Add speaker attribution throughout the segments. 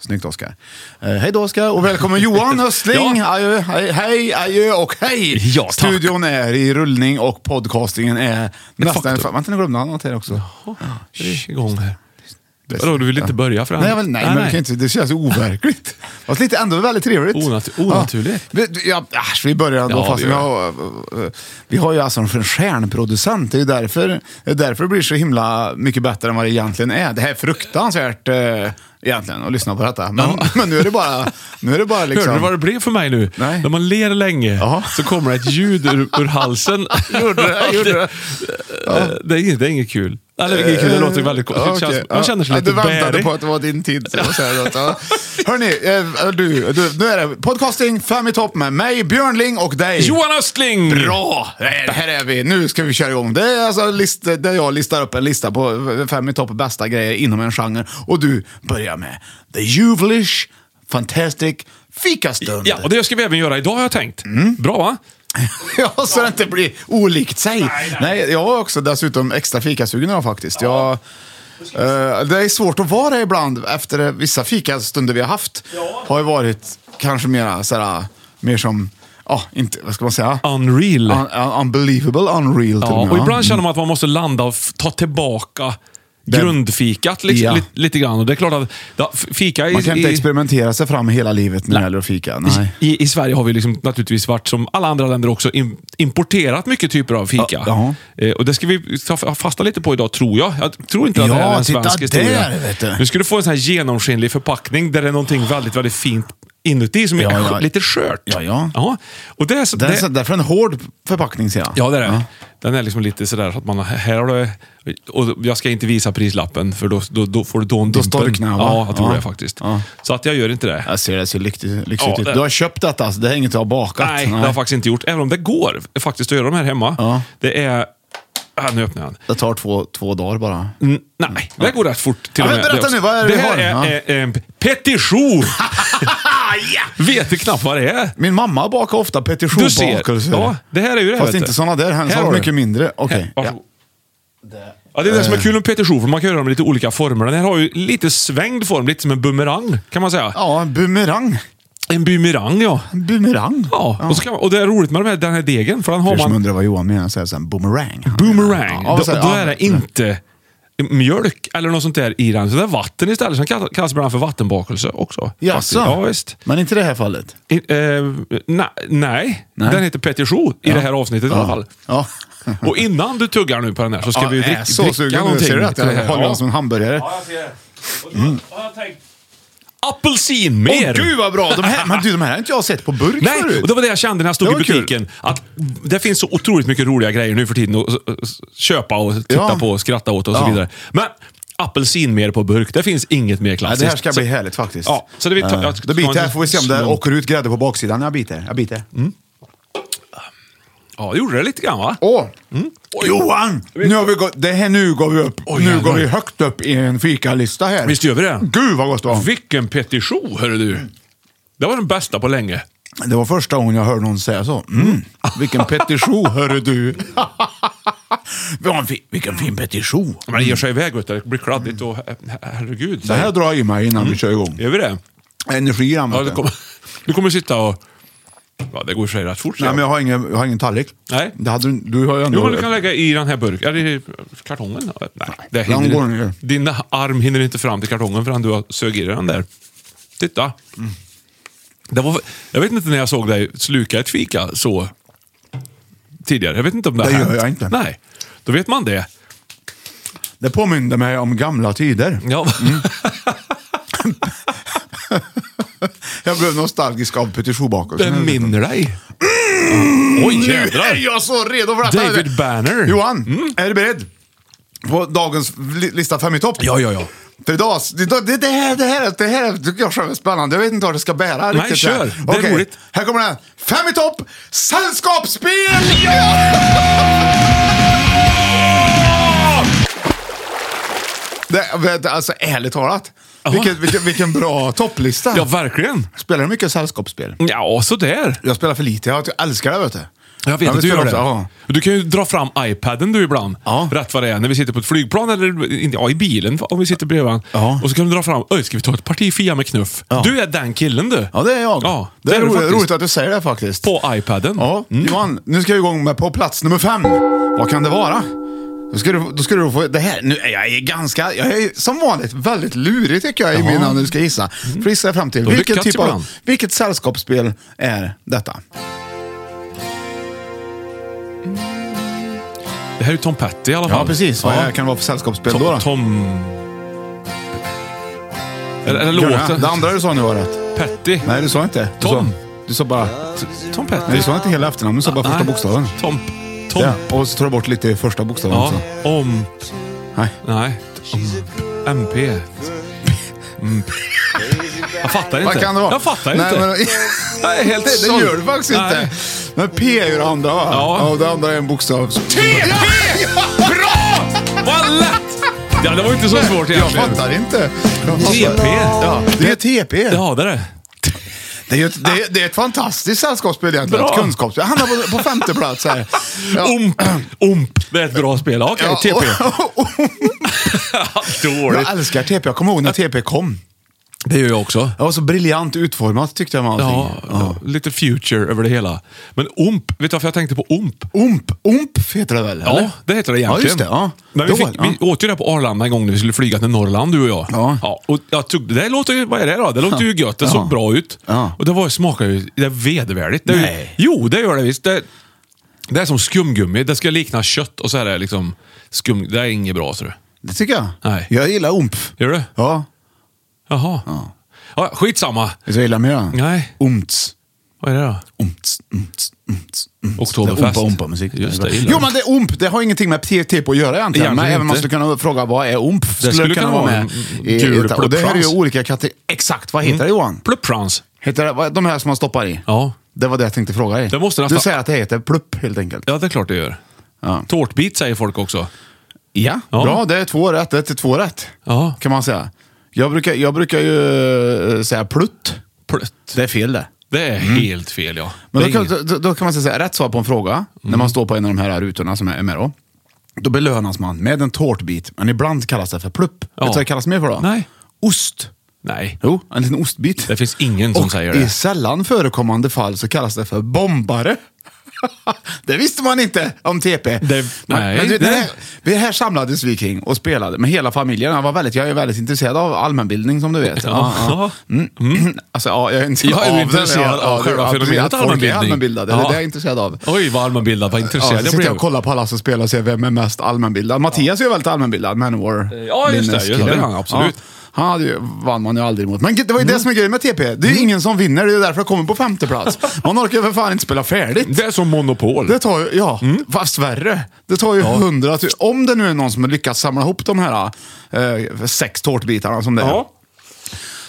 Speaker 1: Snyggt Oskar. Eh, hej då Oskar och välkommen Johan Östling.
Speaker 2: Ja.
Speaker 1: Adjö, hej, hej, adjö och hej.
Speaker 2: Ja, tack.
Speaker 1: Studion är i rullning och podcastingen är nästan...
Speaker 2: faktum.
Speaker 1: Vänta, nu glömde jag något här också.
Speaker 2: Shh, igång här. Vadå, du vill inte börja för
Speaker 1: Nej, jag vill, nej, men vi kan inte, det känns overkligt. Fast lite ändå väldigt trevligt.
Speaker 2: Onat- onaturligt.
Speaker 1: Ja, vi, ja, äsch, vi börjar ändå.
Speaker 2: Ja,
Speaker 1: fast
Speaker 2: vi
Speaker 1: vi, har, vi har ju alltså en stjärnproducent. Det är ju därför, det är därför det blir så himla mycket bättre än vad det egentligen är. Det här är fruktansvärt eh, egentligen att lyssna på detta. Men, men nu är det bara... Nu är det bara liksom,
Speaker 2: Hörde du vad det blev för mig nu?
Speaker 1: Nej.
Speaker 2: När man ler länge
Speaker 1: Jaha.
Speaker 2: så kommer det ett ljud ur, ur halsen.
Speaker 1: Gjorde det? Gjorde det?
Speaker 2: Eh, det, är inget, det är inget kul. Eller det är inget kul, det låter väldigt konstigt.
Speaker 1: Eh, Ja,
Speaker 2: Det känns-
Speaker 1: okej.
Speaker 2: Man känner sig
Speaker 1: Ja,
Speaker 2: lite
Speaker 1: Du väntade
Speaker 2: bärig.
Speaker 1: på att det var din tid. så att säga. Ja. Hörni, eh, du, du, nu är det podcasting fem i topp med mig, Björn Ling och dig.
Speaker 2: Johan Östling!
Speaker 1: Bra! Eh, Här är vi. Nu ska vi köra igång. Det är alltså list, där jag listar upp en lista på fem i topp bästa grejer inom en genre. Och du börjar med The Juvelish Fantastic Fikastund.
Speaker 2: Ja, och det ska vi även göra idag har jag tänkt.
Speaker 1: Mm.
Speaker 2: Bra va?
Speaker 1: Ja, så det inte blir olikt sig. Nej, jag var också dessutom extra fikasugen idag faktiskt. Jag, eh, det är svårt att vara det ibland efter vissa fikastunder vi har haft. Har ju varit kanske mera, såhär, mer som, ja, inte, vad ska man säga?
Speaker 2: Unreal.
Speaker 1: Un, un, unbelievable, unreal till
Speaker 2: Ja,
Speaker 1: med,
Speaker 2: och
Speaker 1: ja.
Speaker 2: ibland känner man att man måste landa och f- ta tillbaka
Speaker 1: Den-
Speaker 2: grundfikat liksom,
Speaker 1: Ja.
Speaker 2: li, lite grann. Och det är klart att ja, f- fika i,
Speaker 1: Man kan inte
Speaker 2: i,
Speaker 1: experimentera sig fram hela livet när det gäller att fika. Nej.
Speaker 2: i, i Sverige har vi liksom naturligtvis varit, som alla andra länder också, im- importerat mycket typer av fika.
Speaker 1: Ja,
Speaker 2: Eh, och Det ska vi ta f- fasta lite på idag, tror jag. Jag tror inte att
Speaker 1: Ja,
Speaker 2: det här är en
Speaker 1: titta
Speaker 2: svensk historia.
Speaker 1: där, vet du.
Speaker 2: Nu ska du få en sån här genomskinlig förpackning där det är någonting väldigt, väldigt fint inuti som är
Speaker 1: Ja,
Speaker 2: sk-
Speaker 1: ja.
Speaker 2: lite skört.
Speaker 1: Ja, ja.
Speaker 2: Och det är, så-
Speaker 1: Det
Speaker 2: det-
Speaker 1: är så- därför en hård förpackning ser jag.
Speaker 2: Ja, det är det. Den är liksom lite sådär så att man, har- här har du... Och jag ska inte visa prislappen för då, då, då får du dån
Speaker 1: Då står det knä, va?
Speaker 2: Ja, jag tror
Speaker 1: Ja.
Speaker 2: det faktiskt.
Speaker 1: Ja.
Speaker 2: Så att jag gör inte det.
Speaker 1: Jag ser det, ser lyxigt, lyxigt
Speaker 2: Ja,
Speaker 1: ut.
Speaker 2: det-
Speaker 1: Du har köpt detta, alltså. det är inget du har bakat.
Speaker 2: Nej, det har jag faktiskt inte gjort. Även om det går faktiskt att göra de här hemma.
Speaker 1: Ja.
Speaker 2: Det är... Ah, nu öppnar jag den.
Speaker 1: Det tar två, två dagar bara.
Speaker 2: Mm, Nej, det går rätt fort till
Speaker 1: Ja,
Speaker 2: och
Speaker 1: men
Speaker 2: med.
Speaker 1: berätta
Speaker 2: också.
Speaker 1: nu, vad är det
Speaker 2: det
Speaker 1: vi
Speaker 2: här
Speaker 1: har?
Speaker 2: är
Speaker 1: Ja.
Speaker 2: eh, en petition!
Speaker 1: Yeah!
Speaker 2: Vet du knappt vad det är?
Speaker 1: Min mamma bakar ofta
Speaker 2: Du ser.
Speaker 1: petitionsbakelser.
Speaker 2: Ja, det här är ju det.
Speaker 1: Fast
Speaker 2: vet
Speaker 1: inte
Speaker 2: du.
Speaker 1: sådana där. Hennes
Speaker 2: Här
Speaker 1: var
Speaker 2: har du.
Speaker 1: mycket mindre. Okej. Eh.
Speaker 2: Här, varsågod. Ja, det är det som är kul med petition, för man kan göra dem i lite olika former. Den här har ju lite svängd form, lite som en bumerang kan man säga.
Speaker 1: Ja, en bumerang.
Speaker 2: En bumerang, ja.
Speaker 1: En bumerang.
Speaker 2: Ja, Och, så kan man, och det är roligt med de här, den här degen, för den
Speaker 1: För
Speaker 2: har
Speaker 1: er som
Speaker 2: man
Speaker 1: undrar vad Johan menar när han säger en boomerang.
Speaker 2: boomerang.
Speaker 1: Ja,
Speaker 2: då,
Speaker 1: så här,
Speaker 2: då
Speaker 1: ja, men-
Speaker 2: är det inte mjölk eller något sånt där i den. Så det är vatten istället. Sen kallas- kallas den för vattenbakelse också.
Speaker 1: Jaså?
Speaker 2: Ja, visst.
Speaker 1: Men inte i det här fallet?
Speaker 2: I, eh, na, nej. den heter petition i det här avsnittet i alla fall.
Speaker 1: Ja.
Speaker 2: Och innan du tuggar nu på den här så ska
Speaker 1: Ja,
Speaker 2: vi ju
Speaker 1: jag är
Speaker 2: drick,
Speaker 1: så
Speaker 2: dricka
Speaker 1: sugen nu.
Speaker 2: någonting.
Speaker 1: Ser du att
Speaker 2: till
Speaker 1: jag
Speaker 2: det här.
Speaker 1: håller
Speaker 2: Ja.
Speaker 1: den som en hamburgare?
Speaker 2: Ja, jag ser det. Och så har jag tänkt... Apelsinmer!
Speaker 1: Åh gud vad bra! De här, men du, de här har inte jag sett på burk
Speaker 2: Nej,
Speaker 1: förut.
Speaker 2: och det var det jag kände när jag stod
Speaker 1: Det
Speaker 2: i
Speaker 1: var kul.
Speaker 2: butiken. Att det finns så otroligt mycket roliga grejer nu för tiden att s- s- eh, köpa och titta
Speaker 1: Ja.
Speaker 2: på och skratta åt och så
Speaker 1: Ja.
Speaker 2: vidare. Men apelsinmer på burk. Det finns inget mer
Speaker 1: Nej,
Speaker 2: klassiskt.
Speaker 1: det här ska
Speaker 2: så,
Speaker 1: bli härligt faktiskt.
Speaker 2: Ja, så det vi tar-
Speaker 1: Eh,
Speaker 2: jag ska
Speaker 1: Då biter
Speaker 2: ta en
Speaker 1: jag, får vi se om det
Speaker 2: slurk.
Speaker 1: åker ut grädde på baksidan. Jag biter. Jag biter.
Speaker 2: Ja, det gjorde det lite grann va?
Speaker 1: Åh! Mm. Johan! Nu, har vi gått, det här, nu går vi upp.
Speaker 2: Oj,
Speaker 1: nu
Speaker 2: jävlar.
Speaker 1: går vi högt upp i en fikalista här.
Speaker 2: Visst gör vi det?
Speaker 1: Gud vad gott det var.
Speaker 2: Vilken petition, hörru du. Det var den bästa på länge.
Speaker 1: Det var första gången jag hörde någon säga så. Mm. Vilken petition, hörru du. Vilken fin- Vilken fin petition.
Speaker 2: Men det ger sig iväg, vet du. det blir kladdigt och her- herregud.
Speaker 1: Mm. Det här drar i mig innan vi kör igång.
Speaker 2: Gör vi det?
Speaker 1: Energi i den,
Speaker 2: Mm. Ja,
Speaker 1: vet
Speaker 2: du,
Speaker 1: du.
Speaker 2: kommer, du kommer sitta och... Ja, det går i och för sig rätt fort. ser
Speaker 1: Nej,
Speaker 2: jag.
Speaker 1: men jag har ingen, jag har ingen tallrik.
Speaker 2: Nej.
Speaker 1: Det hade, du- du har ju ändå...
Speaker 2: Jo, men du kan lägga i den här burken. Eller i kartongen. Nej, det
Speaker 1: Den
Speaker 2: hinner,
Speaker 1: går ner.
Speaker 2: Din arm hinner inte fram till kartongen förrän du har sög i den där. Titta.
Speaker 1: Mm.
Speaker 2: Det var, jag vet inte när jag såg dig sluka ett fika så tidigare. Jag vet inte om det,
Speaker 1: Det
Speaker 2: har
Speaker 1: gör
Speaker 2: hänt.
Speaker 1: jag inte.
Speaker 2: Nej, då vet man det.
Speaker 1: Det påminner mig om gamla tider.
Speaker 2: Ja.
Speaker 1: Mm. Jag blev nostalgisk av
Speaker 2: Det
Speaker 1: petitionsbakelsen.
Speaker 2: minner dig. Oj, jädrar.
Speaker 1: Mm. Nu är jag så redo för detta!
Speaker 2: David Banner. Mm.
Speaker 1: Johan, är du beredd? På dagens li- lista fem i topp?
Speaker 2: Ja, ja, ja.
Speaker 1: För idag, det, det, det här, det här, det här tycker jag själv är spännande. Jag vet inte vad det ska bära
Speaker 2: Nej,
Speaker 1: riktigt.
Speaker 2: kör.
Speaker 1: här.
Speaker 2: Det är
Speaker 1: Okej,
Speaker 2: roligt.
Speaker 1: Här kommer den. Fem i topp, sällskapsspel! Det, vet, alltså ärligt talat, vilken, vilken, vilken bra topplista.
Speaker 2: Ja, verkligen.
Speaker 1: Spelar du mycket sällskapsspel?
Speaker 2: Ja, sådär.
Speaker 1: Jag spelar för lite, jag älskar det vet du.
Speaker 2: Jag vet att du
Speaker 1: spelar
Speaker 2: gör det.
Speaker 1: också, ja.
Speaker 2: Du kan ju dra fram iPaden du ibland.
Speaker 1: Ja.
Speaker 2: Rätt vad det är. När vi sitter på ett flygplan eller inte, ja, i bilen om vi sitter bredvid varandra.
Speaker 1: Ja.
Speaker 2: Och så kan du dra fram, Öj, ska vi ta ett parti Fia med knuff?
Speaker 1: Ja.
Speaker 2: Du är den killen du.
Speaker 1: Ja, det är jag.
Speaker 2: Ja,
Speaker 1: det, är,
Speaker 2: du
Speaker 1: roligt,
Speaker 2: faktiskt.
Speaker 1: roligt att du säger det faktiskt.
Speaker 2: På Mm. iPaden.
Speaker 1: Ja, Johan, nu ska vi igång med på plats nummer fem. Vad kan det vara? Då ska du, då ska du få det här. Nu är jag är ganska, jag är som vanligt väldigt lurig tycker jag i mina när du ska gissa. För gissa jag fram till.
Speaker 2: Du har
Speaker 1: Vilket,
Speaker 2: lyckats
Speaker 1: typ av,
Speaker 2: Mm. ibland.
Speaker 1: vilket sällskapsspel är detta?
Speaker 2: Det här är ju Tom Petty i alla fall.
Speaker 1: Ja, precis. Vad är- kan det vara för sällskapsspel
Speaker 2: Tom...
Speaker 1: då? då?
Speaker 2: Tom... Eller, eller låten.
Speaker 1: Det andra du sa nu var rätt.
Speaker 2: Petty.
Speaker 1: Nej, du sa inte. Du
Speaker 2: Tom.
Speaker 1: Sa, du sa bara...
Speaker 2: Tom Petty.
Speaker 1: Nej, du sa inte hela efternamnet, du sa bara första
Speaker 2: Nej.
Speaker 1: bokstaven.
Speaker 2: Tom... Tom...
Speaker 1: Ja,
Speaker 2: Ja.
Speaker 1: och så tar du bort lite i första bokstaven också.
Speaker 2: Om...
Speaker 1: alltså. Nej.
Speaker 2: Nej. Om... MP. Mm. Jag fattar inte.
Speaker 1: Vad kan det vara?
Speaker 2: Jag fattar
Speaker 1: Nej,
Speaker 2: inte.
Speaker 1: Men,
Speaker 2: Jag är helt
Speaker 1: Det, det
Speaker 2: såld.
Speaker 1: gör du faktiskt
Speaker 2: Nej.
Speaker 1: inte. Men P är ju det andra va?
Speaker 2: Ja.
Speaker 1: Och det andra är en bokstav. T!
Speaker 2: Bra! Vad lätt! Ja, det var ju inte så svårt
Speaker 1: Jag
Speaker 2: egentligen.
Speaker 1: fattar inte. Jag fattar.
Speaker 2: TP.
Speaker 1: Ja, det är TP.
Speaker 2: Ja, det är det.
Speaker 1: Det, är ju ett, det, är, det är ett fantastiskt sällskapsspel egentligen.
Speaker 2: Bra.
Speaker 1: Ett kunskapsspel. Han är på, på femte plats här. Ja.
Speaker 2: Omp. Omp. Det är ett bra spel. Okej,
Speaker 1: Ja,
Speaker 2: TP.
Speaker 1: och- och-
Speaker 2: Dåligt.
Speaker 1: Jag älskar TP. Jag kommer ihåg när TP kom.
Speaker 2: Det gör jag också.
Speaker 1: Det var så briljant utformat tyckte jag med
Speaker 2: Ja,
Speaker 1: allting. Ja.
Speaker 2: lite future över det hela. Men omp. Vet du varför jag tänkte på omp?
Speaker 1: Omp, omp heter det väl?
Speaker 2: Ja,
Speaker 1: eller?
Speaker 2: det heter det
Speaker 1: Ja,
Speaker 2: egentligen.
Speaker 1: just det. Ja.
Speaker 2: Men vi,
Speaker 1: Då-
Speaker 2: fick, vi åt ju det på Arlanda en gång när vi skulle flyga till Norrland, du och jag.
Speaker 1: Ja.
Speaker 2: och jag tog, det där låter ju, vad är det då? Det låter ju gött, det
Speaker 1: Ja.
Speaker 2: såg bra ut.
Speaker 1: Ja.
Speaker 2: Och det var, smakade ju, det är vedervärdigt. Det är ju,
Speaker 1: Nej.
Speaker 2: jo, det gör det visst. Det, det är som skumgummi, det ska likna kött och så här är det liksom skum, det är inget bra tror du.
Speaker 1: Det tycker jag.
Speaker 2: Nej.
Speaker 1: Jag gillar omp.
Speaker 2: Gör du?
Speaker 1: Ja.
Speaker 2: Jaha. Ja. skitsamma.
Speaker 1: Vet du vad jag gillar med det?
Speaker 2: Nej.
Speaker 1: Omts.
Speaker 2: Vad är det då?
Speaker 1: Umts, umts, umts, umts.
Speaker 2: Oktoberfest.
Speaker 1: Det är ompa, ompa musik.
Speaker 2: Just det, gillar
Speaker 1: jo,
Speaker 2: jag.
Speaker 1: men det är omp. Det har ingenting med TT att göra egentligen.
Speaker 2: Egentligen
Speaker 1: men även om man
Speaker 2: inte.
Speaker 1: skulle kunna fråga vad är omp? Skulle det
Speaker 2: skulle
Speaker 1: kunna
Speaker 2: kunna
Speaker 1: vara
Speaker 2: vara
Speaker 1: med.
Speaker 2: en
Speaker 1: i-
Speaker 2: gul
Speaker 1: i- och det här är ju
Speaker 2: pluppfrans.
Speaker 1: olika kategorier. Exakt, vad heter det Johan?
Speaker 2: Pluppfrans.
Speaker 1: Heter det, vad- de här som man stoppar i?
Speaker 2: Mm. Ja.
Speaker 1: Det var det jag tänkte fråga dig.
Speaker 2: Det måste
Speaker 1: Du
Speaker 2: nästan-
Speaker 1: säger att det heter plupp helt enkelt.
Speaker 2: Ja, det är klart det gör.
Speaker 1: Ja.
Speaker 2: Tårtbit säger folk också.
Speaker 1: Ja. Bra, det är två rätt. Det är två rätt.
Speaker 2: Ja.
Speaker 1: Kan man säga. Jag brukar, jag brukar ju eh, säga plutt.
Speaker 2: Plutt.
Speaker 1: Det är fel det.
Speaker 2: Det är helt fel ja.
Speaker 1: Mm. Men då
Speaker 2: Det är
Speaker 1: kan,
Speaker 2: inget- Mm.
Speaker 1: då, då kan man säga så här, rätt svar på en fråga, när man står på en av de här rutorna som är med då. Då belönas man med en tårtbit, men ibland kallas det för plupp. Vet du vad det kallas mer för då?
Speaker 2: Nej.
Speaker 1: Ost.
Speaker 2: Nej.
Speaker 1: Jo, en liten ostbit.
Speaker 2: Det finns ingen som
Speaker 1: Och
Speaker 2: säger det.
Speaker 1: i sällan förekommande fall så kallas det för bombare. det visste man inte om TP.
Speaker 2: Det-
Speaker 1: Men-
Speaker 2: nej,
Speaker 1: men du, det
Speaker 2: det-
Speaker 1: här, vi här samlades vi kring och spelade med hela familjen. Jag, var väldigt, jag är väldigt intresserad av allmänbildning som du vet. Ja, ja. Mm. Alltså, ja, jag är intresserad,
Speaker 2: Jag är
Speaker 1: av det,
Speaker 2: intresserad
Speaker 1: ja,
Speaker 2: av
Speaker 1: ja,
Speaker 2: själva
Speaker 1: ja, precis,
Speaker 2: fenomenet
Speaker 1: att folk är
Speaker 2: allmänbildning.
Speaker 1: allmänbildade. Det är
Speaker 2: Ja.
Speaker 1: det jag är intresserad av.
Speaker 2: Oj, vad allmänbildad. Vad
Speaker 1: Ja,
Speaker 2: intresserad
Speaker 1: så
Speaker 2: jag
Speaker 1: sitter
Speaker 2: blev.
Speaker 1: jag och kollar på alla som spelar och ser vem är mest allmänbildad. Mattias är ju väldigt allmänbildad, Manowar.
Speaker 2: Ja, just det, just det.
Speaker 1: Linnes-killen.
Speaker 2: Det är han, absolut. Mm.
Speaker 1: Han hade ju, vann man ju aldrig mot. Men det var ju det som är grejen med TP. Det är ju ingen som vinner, det är ju därför jag kommer på femte plats. Man orkar ju för fan inte spela färdigt.
Speaker 2: Det Mm. är som Monopol.
Speaker 1: Det tar ju, ja, fast värre. Det tar ju hundra, om det nu är någon som har lyckats samla ihop de här eh, sex tårtbitarna som det är.
Speaker 2: Ja.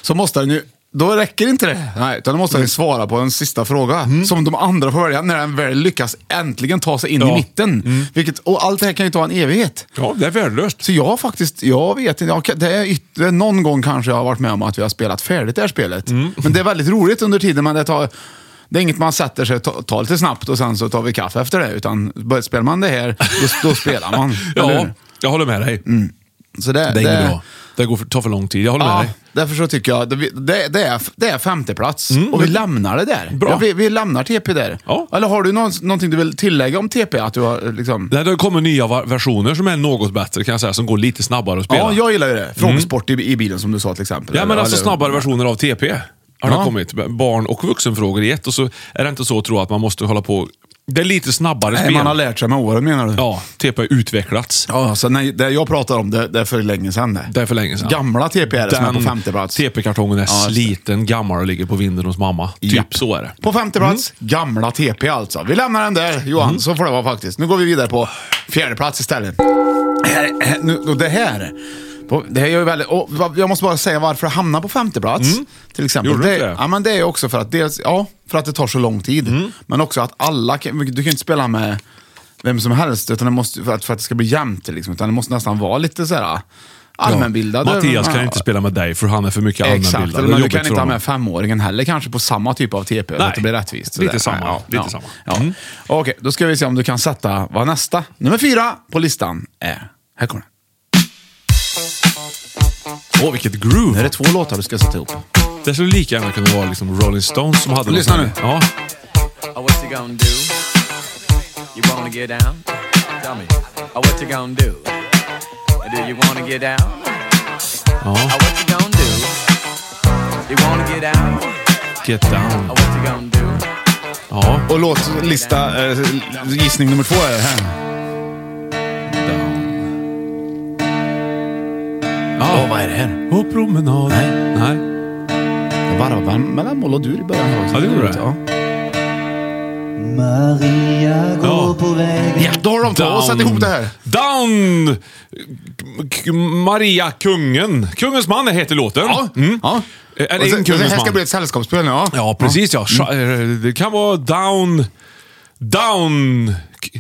Speaker 1: Så måste den ju, då räcker inte det. Nej, utan då måste
Speaker 2: Mm.
Speaker 1: den svara på en sista fråga som de andra får välja när den väl lyckas äntligen ta sig in
Speaker 2: Ja. Mm.
Speaker 1: i mitten. Vilket, och allt det här kan ju ta en evighet.
Speaker 2: ja, det är värdelöst.
Speaker 1: Så jag har faktiskt, jag vet inte, jag, kan- det är ytterligare någon gång kanske jag har varit med om att vi har spelat färdigt det här spelet.
Speaker 2: Mm.
Speaker 1: Men det är väldigt roligt under tiden, men det tar det är inget man sätter sig och ta- tar lite snabbt och sen så tar vi kaffe efter det. Utan bör- spelar man det här, då, då spelar man. eller
Speaker 2: Ja,
Speaker 1: hur?
Speaker 2: jag håller med dig.
Speaker 1: så Mm, det,
Speaker 2: Det är inget bra. Det går för, tar för lång tid. Jag håller med
Speaker 1: Ja,
Speaker 2: dig.
Speaker 1: därför så tycker jag, det, det, det, är, det är femteplats. Och vi lämnar det där.
Speaker 2: Mm. Bra.
Speaker 1: Ja, vi, vi lämnar TP där.
Speaker 2: Ja.
Speaker 1: Eller har du någon, någonting du vill tillägga om TP? Att du har, liksom...
Speaker 2: Nej, det har kommit nya va- versioner som är något bättre kan jag säga, som går lite snabbare att spela.
Speaker 1: Ja, jag gillar ju det. Frågesport i, i bilen som du sa till exempel.
Speaker 2: Mm. Ja, men
Speaker 1: Eller-
Speaker 2: alltså
Speaker 1: eller-
Speaker 2: snabbare versioner av TP har det
Speaker 1: Ja.
Speaker 2: kommit. Barn och vuxenfrågor i ett. Och så är det inte så tror jag att man måste hålla på. Det är lite snabbare
Speaker 1: Nej,
Speaker 2: spel.
Speaker 1: man har lärt sig med åren menar du?
Speaker 2: Ja, TP har utvecklats.
Speaker 1: Ja, så nej, det jag pratar om det, det är för länge sedan det.
Speaker 2: Det är för länge sedan.
Speaker 1: Gamla TP är det som är på femte plats.
Speaker 2: TP-kartongen är
Speaker 1: Ja, just det.
Speaker 2: sliten, gammal och ligger på vinden hos mamma. Typ
Speaker 1: Japp.
Speaker 2: så är det.
Speaker 1: På femte plats, Mm. gamla TP alltså. Vi lämnar den där Johan,
Speaker 2: Mm.
Speaker 1: så får det vara faktiskt. Nu går vi vidare på fjärde plats istället. Här, här, nu, och det här. på- Det här gör ju väldigt, och va- jag måste bara säga varför jag hamnar på femte plats. Till exempel.
Speaker 2: Mm. Gjorde du inte det? Mm.
Speaker 1: det? Ja, men det är ju också för att, dels, ja, för att det tar så lång tid. Men också att alla, kan- du kan ju inte spela med vem som helst utan det måste, för, att, för att det ska bli jämnt. Liksom, utan det måste nästan vara lite så här allmänbildade.
Speaker 2: Mattias kan inte spela med dig för han är för mycket allmänbildad.
Speaker 1: Exakt,
Speaker 2: Det är
Speaker 1: eller men du
Speaker 2: jobbigt
Speaker 1: kan
Speaker 2: för
Speaker 1: inte ha
Speaker 2: honom.
Speaker 1: med femåringen heller kanske på samma typ av TP för
Speaker 2: Nej.
Speaker 1: att det blir rättvist.
Speaker 2: Lite
Speaker 1: Sådär.
Speaker 2: samma, lite
Speaker 1: ja.
Speaker 2: samma.
Speaker 1: Ja.
Speaker 2: Mm.
Speaker 1: Okej, då ska vi se om du kan sätta vad nästa, nummer fyra på listan är. Här kommer den.
Speaker 2: Åh, vilket groove!
Speaker 1: Nu är det två låtar du ska sätta ihop.
Speaker 2: Det skulle lika gärna kunna vara liksom Rolling Stones som hade...
Speaker 1: Lyssna
Speaker 2: något
Speaker 1: nu.
Speaker 2: sånt.
Speaker 3: Oh, what you gonna do? You wanna get down? Tell me. Oh, what you gonna do? Do you wanna get down?
Speaker 2: Ja,
Speaker 3: Oh,
Speaker 2: ja.
Speaker 3: what you gonna do? You wanna get down?
Speaker 2: Get down.
Speaker 3: Oh, what you gonna do?
Speaker 2: Ja.
Speaker 1: Och låtlista, eh, gissning nummer två är här.
Speaker 2: Down.
Speaker 1: Ja,
Speaker 2: Ja.
Speaker 1: vad är det här?
Speaker 2: Och promenad.
Speaker 1: Nej.
Speaker 2: Nej.
Speaker 1: Jag varvade mellan moll och dur i början.
Speaker 2: Ja, det gjorde du.
Speaker 1: Ja.
Speaker 2: Ja.
Speaker 1: ja, då har de två och satt ihop det här.
Speaker 2: Down! K- Maria Kungen. Kungens man heter låten.
Speaker 1: Ja.
Speaker 2: Mm.
Speaker 1: ja.
Speaker 2: Är
Speaker 1: Och
Speaker 2: det
Speaker 1: så-
Speaker 2: en
Speaker 1: så det
Speaker 2: kungens
Speaker 1: här ska
Speaker 2: man?
Speaker 1: bli ett sällskapsspel nu. Ja,
Speaker 2: Ja, precis ja. Scha- eh, Det kan vara down... Down... K-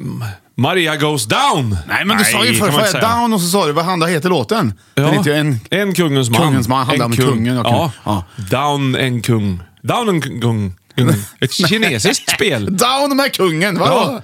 Speaker 2: M- Maria goes down!
Speaker 1: Nej, men du sa ju
Speaker 2: kan man
Speaker 1: först
Speaker 2: inte säga.
Speaker 1: down och så sa du vad han heter låten.
Speaker 2: Ja.
Speaker 1: Den heter ju en
Speaker 2: en kungens man.
Speaker 1: Kungens man handlar
Speaker 2: En
Speaker 1: om
Speaker 2: kung.
Speaker 1: kungen och kung.
Speaker 2: ja.
Speaker 1: Ja.
Speaker 2: Down en kung. Down en kung- kung. kung. Ett kinesiskt spel.
Speaker 1: Down med kungen, vadå? Ja.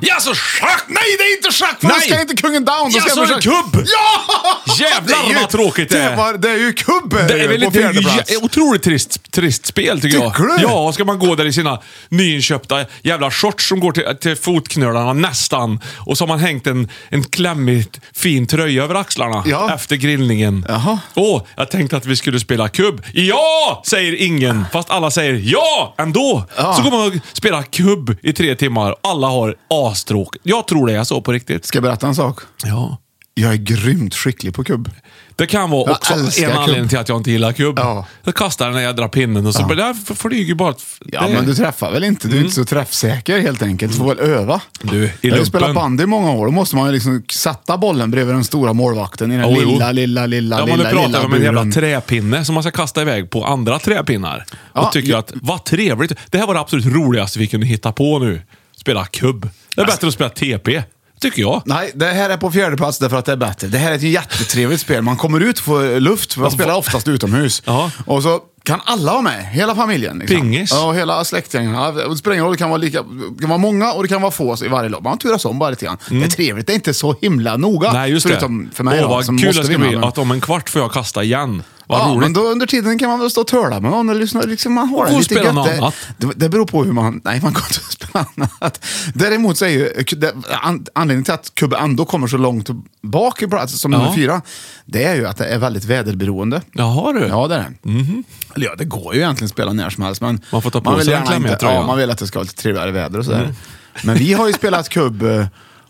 Speaker 2: Ja, så schack!
Speaker 1: Nej, det är inte schack! För
Speaker 2: Nej.
Speaker 1: då ska inte kungen down. Då
Speaker 2: Ja,
Speaker 1: ska
Speaker 2: så
Speaker 1: man
Speaker 2: är det
Speaker 1: schack-
Speaker 2: kubb!
Speaker 1: Ja!
Speaker 2: Jävlar,
Speaker 1: Det är ju-
Speaker 2: vad tråkigt det
Speaker 1: det
Speaker 2: är.
Speaker 1: är. var- Det är ju kubb är
Speaker 2: Det är
Speaker 1: ju
Speaker 2: väl
Speaker 1: på
Speaker 2: det är
Speaker 1: fjärde
Speaker 2: ju
Speaker 1: plats.
Speaker 2: jä- otroligt trist, trist spel tycker jag.
Speaker 1: Tycker du?
Speaker 2: Ja, ska man gå där i sina nyinköpta jävla shorts som går till, till fotknölarna nästan. Och så har man hängt en, en klämmig fin tröja över axlarna
Speaker 1: Ja.
Speaker 2: efter grillningen.
Speaker 1: Jaha.
Speaker 2: Åh, jag tänkte att vi skulle spela kubb. Ja, säger ingen. Fast alla säger ja ändå.
Speaker 1: Ja.
Speaker 2: Så går man och spelar kubb i tre timmar. Alla har astråkigt. Jag tror det är så på riktigt.
Speaker 1: Ska jag berätta en sak?
Speaker 2: Ja.
Speaker 1: Jag är grymt skicklig på kubb.
Speaker 2: Det kan vara
Speaker 1: Jag
Speaker 2: också en
Speaker 1: älskar kubb.
Speaker 2: anledning till att jag inte gillar kubb.
Speaker 1: Ja.
Speaker 2: Jag kastar den när jag drar pinnen och så ja. där flyger ju bara... ett-
Speaker 1: Ja,
Speaker 2: det-
Speaker 1: men du träffar väl inte? Du är inte så träffsäker helt enkelt. Du får väl öva.
Speaker 2: Du, i
Speaker 1: jag har ju
Speaker 2: lumpen.
Speaker 1: spelat bandy i många år. Då måste man ju liksom sätta bollen bredvid den stora målvakten i den
Speaker 2: Jo, jo.
Speaker 1: lilla, lilla, lilla,
Speaker 2: Ja,
Speaker 1: lilla,
Speaker 2: men nu pratar
Speaker 1: lilla
Speaker 2: vi om en jävla
Speaker 1: buren.
Speaker 2: träpinne som man ska kasta iväg på andra träpinnar.
Speaker 1: Ja,
Speaker 2: och tycker
Speaker 1: ja.
Speaker 2: att, vad trevligt. Det här var det absolut roligaste vi kunde hitta på nu. Spela kubb. Det
Speaker 1: Alltså-
Speaker 2: är bättre att spela TP, tycker jag.
Speaker 1: Nej, det här är på fjärde plats därför att det är bättre. Det här är ett jättetrevligt spel. Man kommer ut och får luft. Man spelar oftast utomhus.
Speaker 2: Ja.
Speaker 1: Och så kan alla vara med. Hela familjen. Liksom.
Speaker 2: Pingis.
Speaker 1: Ja, och hela släktgängen. Ja, Det spelar ingen roll. Det kan vara, lika, det kan vara många och det kan vara få i varje lag. Man turas om bara lite grann. Det är trevligt. Det är inte så himla noga.
Speaker 2: Mm. Nej, just
Speaker 1: Förutom
Speaker 2: det.
Speaker 1: för mig
Speaker 2: Åh,
Speaker 1: då,
Speaker 2: vad
Speaker 1: som
Speaker 2: kul
Speaker 1: måste
Speaker 2: det ska
Speaker 1: vinna,
Speaker 2: bli
Speaker 1: men-
Speaker 2: att om en kvart får jag kasta igen. Vad
Speaker 1: ja,
Speaker 2: roligt.
Speaker 1: men då under tiden kan man väl stå och töla med någon. eller Liksom, liksom man har det
Speaker 2: Och
Speaker 1: lite
Speaker 2: spela
Speaker 1: gött.
Speaker 2: något
Speaker 1: Det,
Speaker 2: annat.
Speaker 1: det, det beror på hur man... Nej, man kan inte spela annat. Däremot så är ju det, an, anledningen till att Kubbe ändå kommer så långt bak i plats som nummer fyra, det är ju att det är väldigt väderberoende.
Speaker 2: Jaha du.
Speaker 1: Ja, det är det. Eller ja, det går ju egentligen att spela när som helst, men
Speaker 2: Mhm. Man får ta på
Speaker 1: vill
Speaker 2: sig den
Speaker 1: gärna
Speaker 2: klämmiga
Speaker 1: inte-
Speaker 2: tröjan. Mm.
Speaker 1: Ja, man vill att det ska vara lite trevligare väder och sådär. Men vi har ju spelat kubb eh,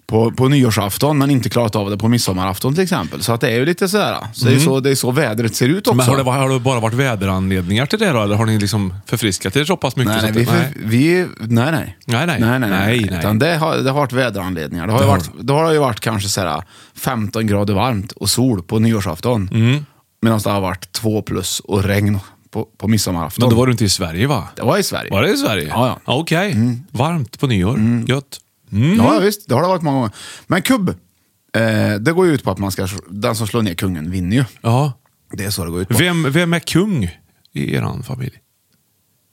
Speaker 1: på, på nyårsafton men inte klarat av det på midsommarafton till exempel. Så att det är ju lite sådär. Så det, är så, det är så vädret ser ut också.
Speaker 2: Mm. Men har det, har det bara varit väderanledningar till det då, eller har ni liksom förfriskat er så pass mycket?
Speaker 1: Nej,
Speaker 2: så
Speaker 1: nej,
Speaker 2: att
Speaker 1: vi,
Speaker 2: det-
Speaker 1: för, vi, nej, nej.
Speaker 2: Nej, nej.
Speaker 1: nej, nej,
Speaker 2: Nej, nej.
Speaker 1: Utan det, har, det har varit väderanledningar. Det har, ju
Speaker 2: Det har
Speaker 1: varit, det har ju varit kanske så här 15 grader varmt och sol på nyårsafton.
Speaker 2: Mm.
Speaker 1: Medan det har varit 2 plus och regn på, på midsommarafton.
Speaker 2: Men då var du inte i Sverige va?
Speaker 1: det var i Sverige.
Speaker 2: Var det i Sverige?
Speaker 1: Ja, Mm. ja.
Speaker 2: Okej. Varmt på nyår. Gött. Mm. Mm-hmm.
Speaker 1: Ja, visst. Det har det varit många gånger. Men kubb, eh, det går ju ut på att man ska, den som slår ner kungen vinner ju.
Speaker 2: Ja.
Speaker 1: Det är så det går ut på.
Speaker 2: Vem, vem är kung i er familj?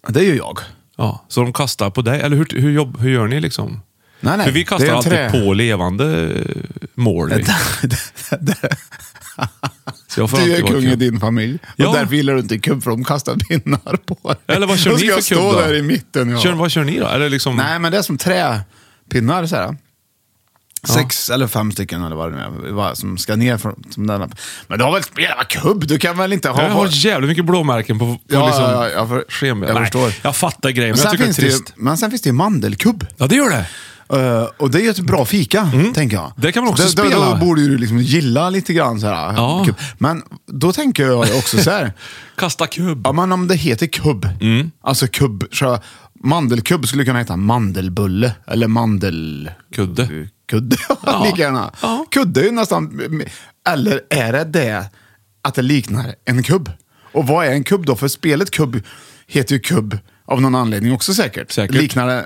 Speaker 1: Det är ju jag.
Speaker 2: Ja, så de kastar på dig? Eller hur, hur, jobb, hur gör ni liksom?
Speaker 1: Nej, nej.
Speaker 2: För vi kastar
Speaker 1: det är en
Speaker 2: alltid
Speaker 1: trä-
Speaker 2: på levande eh, mål. Så jag får
Speaker 1: Du är
Speaker 2: alltid vara
Speaker 1: kung i din familj.
Speaker 2: Ja.
Speaker 1: Och därför gillar du inte kubb, för de kastar pinnar på dig.
Speaker 2: Eller vad kör
Speaker 1: Då
Speaker 2: ni
Speaker 1: ska
Speaker 2: för
Speaker 1: jag
Speaker 2: kubb
Speaker 1: stå
Speaker 2: då?
Speaker 1: där i mitten. Ja.
Speaker 2: Kör, vad kör ni då? Eller liksom,
Speaker 1: Nej, men det är som träpinnar. Så här. Sex eller fem stycken eller vad det nu är, vad som ska ner. Från, som denna. Men du har väl spelat kubb? Du kan väl inte ha...
Speaker 2: jag har jävligt mycket blåmärken på, på
Speaker 1: Ja,
Speaker 2: liksom,
Speaker 1: ja, ja, jag för-
Speaker 2: skenben.
Speaker 1: jag
Speaker 2: Nej,
Speaker 1: förstår.
Speaker 2: Jag fattar grejen,
Speaker 1: men,
Speaker 2: men jag
Speaker 1: sen
Speaker 2: tycker det är
Speaker 1: finns det ju,
Speaker 2: trist.
Speaker 1: men sen finns det ju mandelkubb.
Speaker 2: Ja, det gör det.
Speaker 1: Eh, och det är ju ett bra fika, tänker jag.
Speaker 2: Mm. Det kan man också
Speaker 1: då, då-
Speaker 2: spela.
Speaker 1: Då borde ju du liksom gilla lite grann så här.
Speaker 2: Ja.
Speaker 1: kubb. Men då tänker jag också så här.
Speaker 2: Kasta kubb.
Speaker 1: Ja, men om det heter kubb,
Speaker 2: Mm.
Speaker 1: alltså kubb, så mandelkubb skulle kunna heta mandelbulle eller mandel...
Speaker 2: Kudde.
Speaker 1: Kudde,
Speaker 2: Ja.
Speaker 1: ja. lika gärna.
Speaker 2: Ja.
Speaker 1: Kudde är ju nästan... Eller är det det att det liknar en kubb? Och vad är en kubb då? För spelet kubb heter ju kubb av någon anledning också säkert.
Speaker 2: Säkert.
Speaker 1: Liknar det...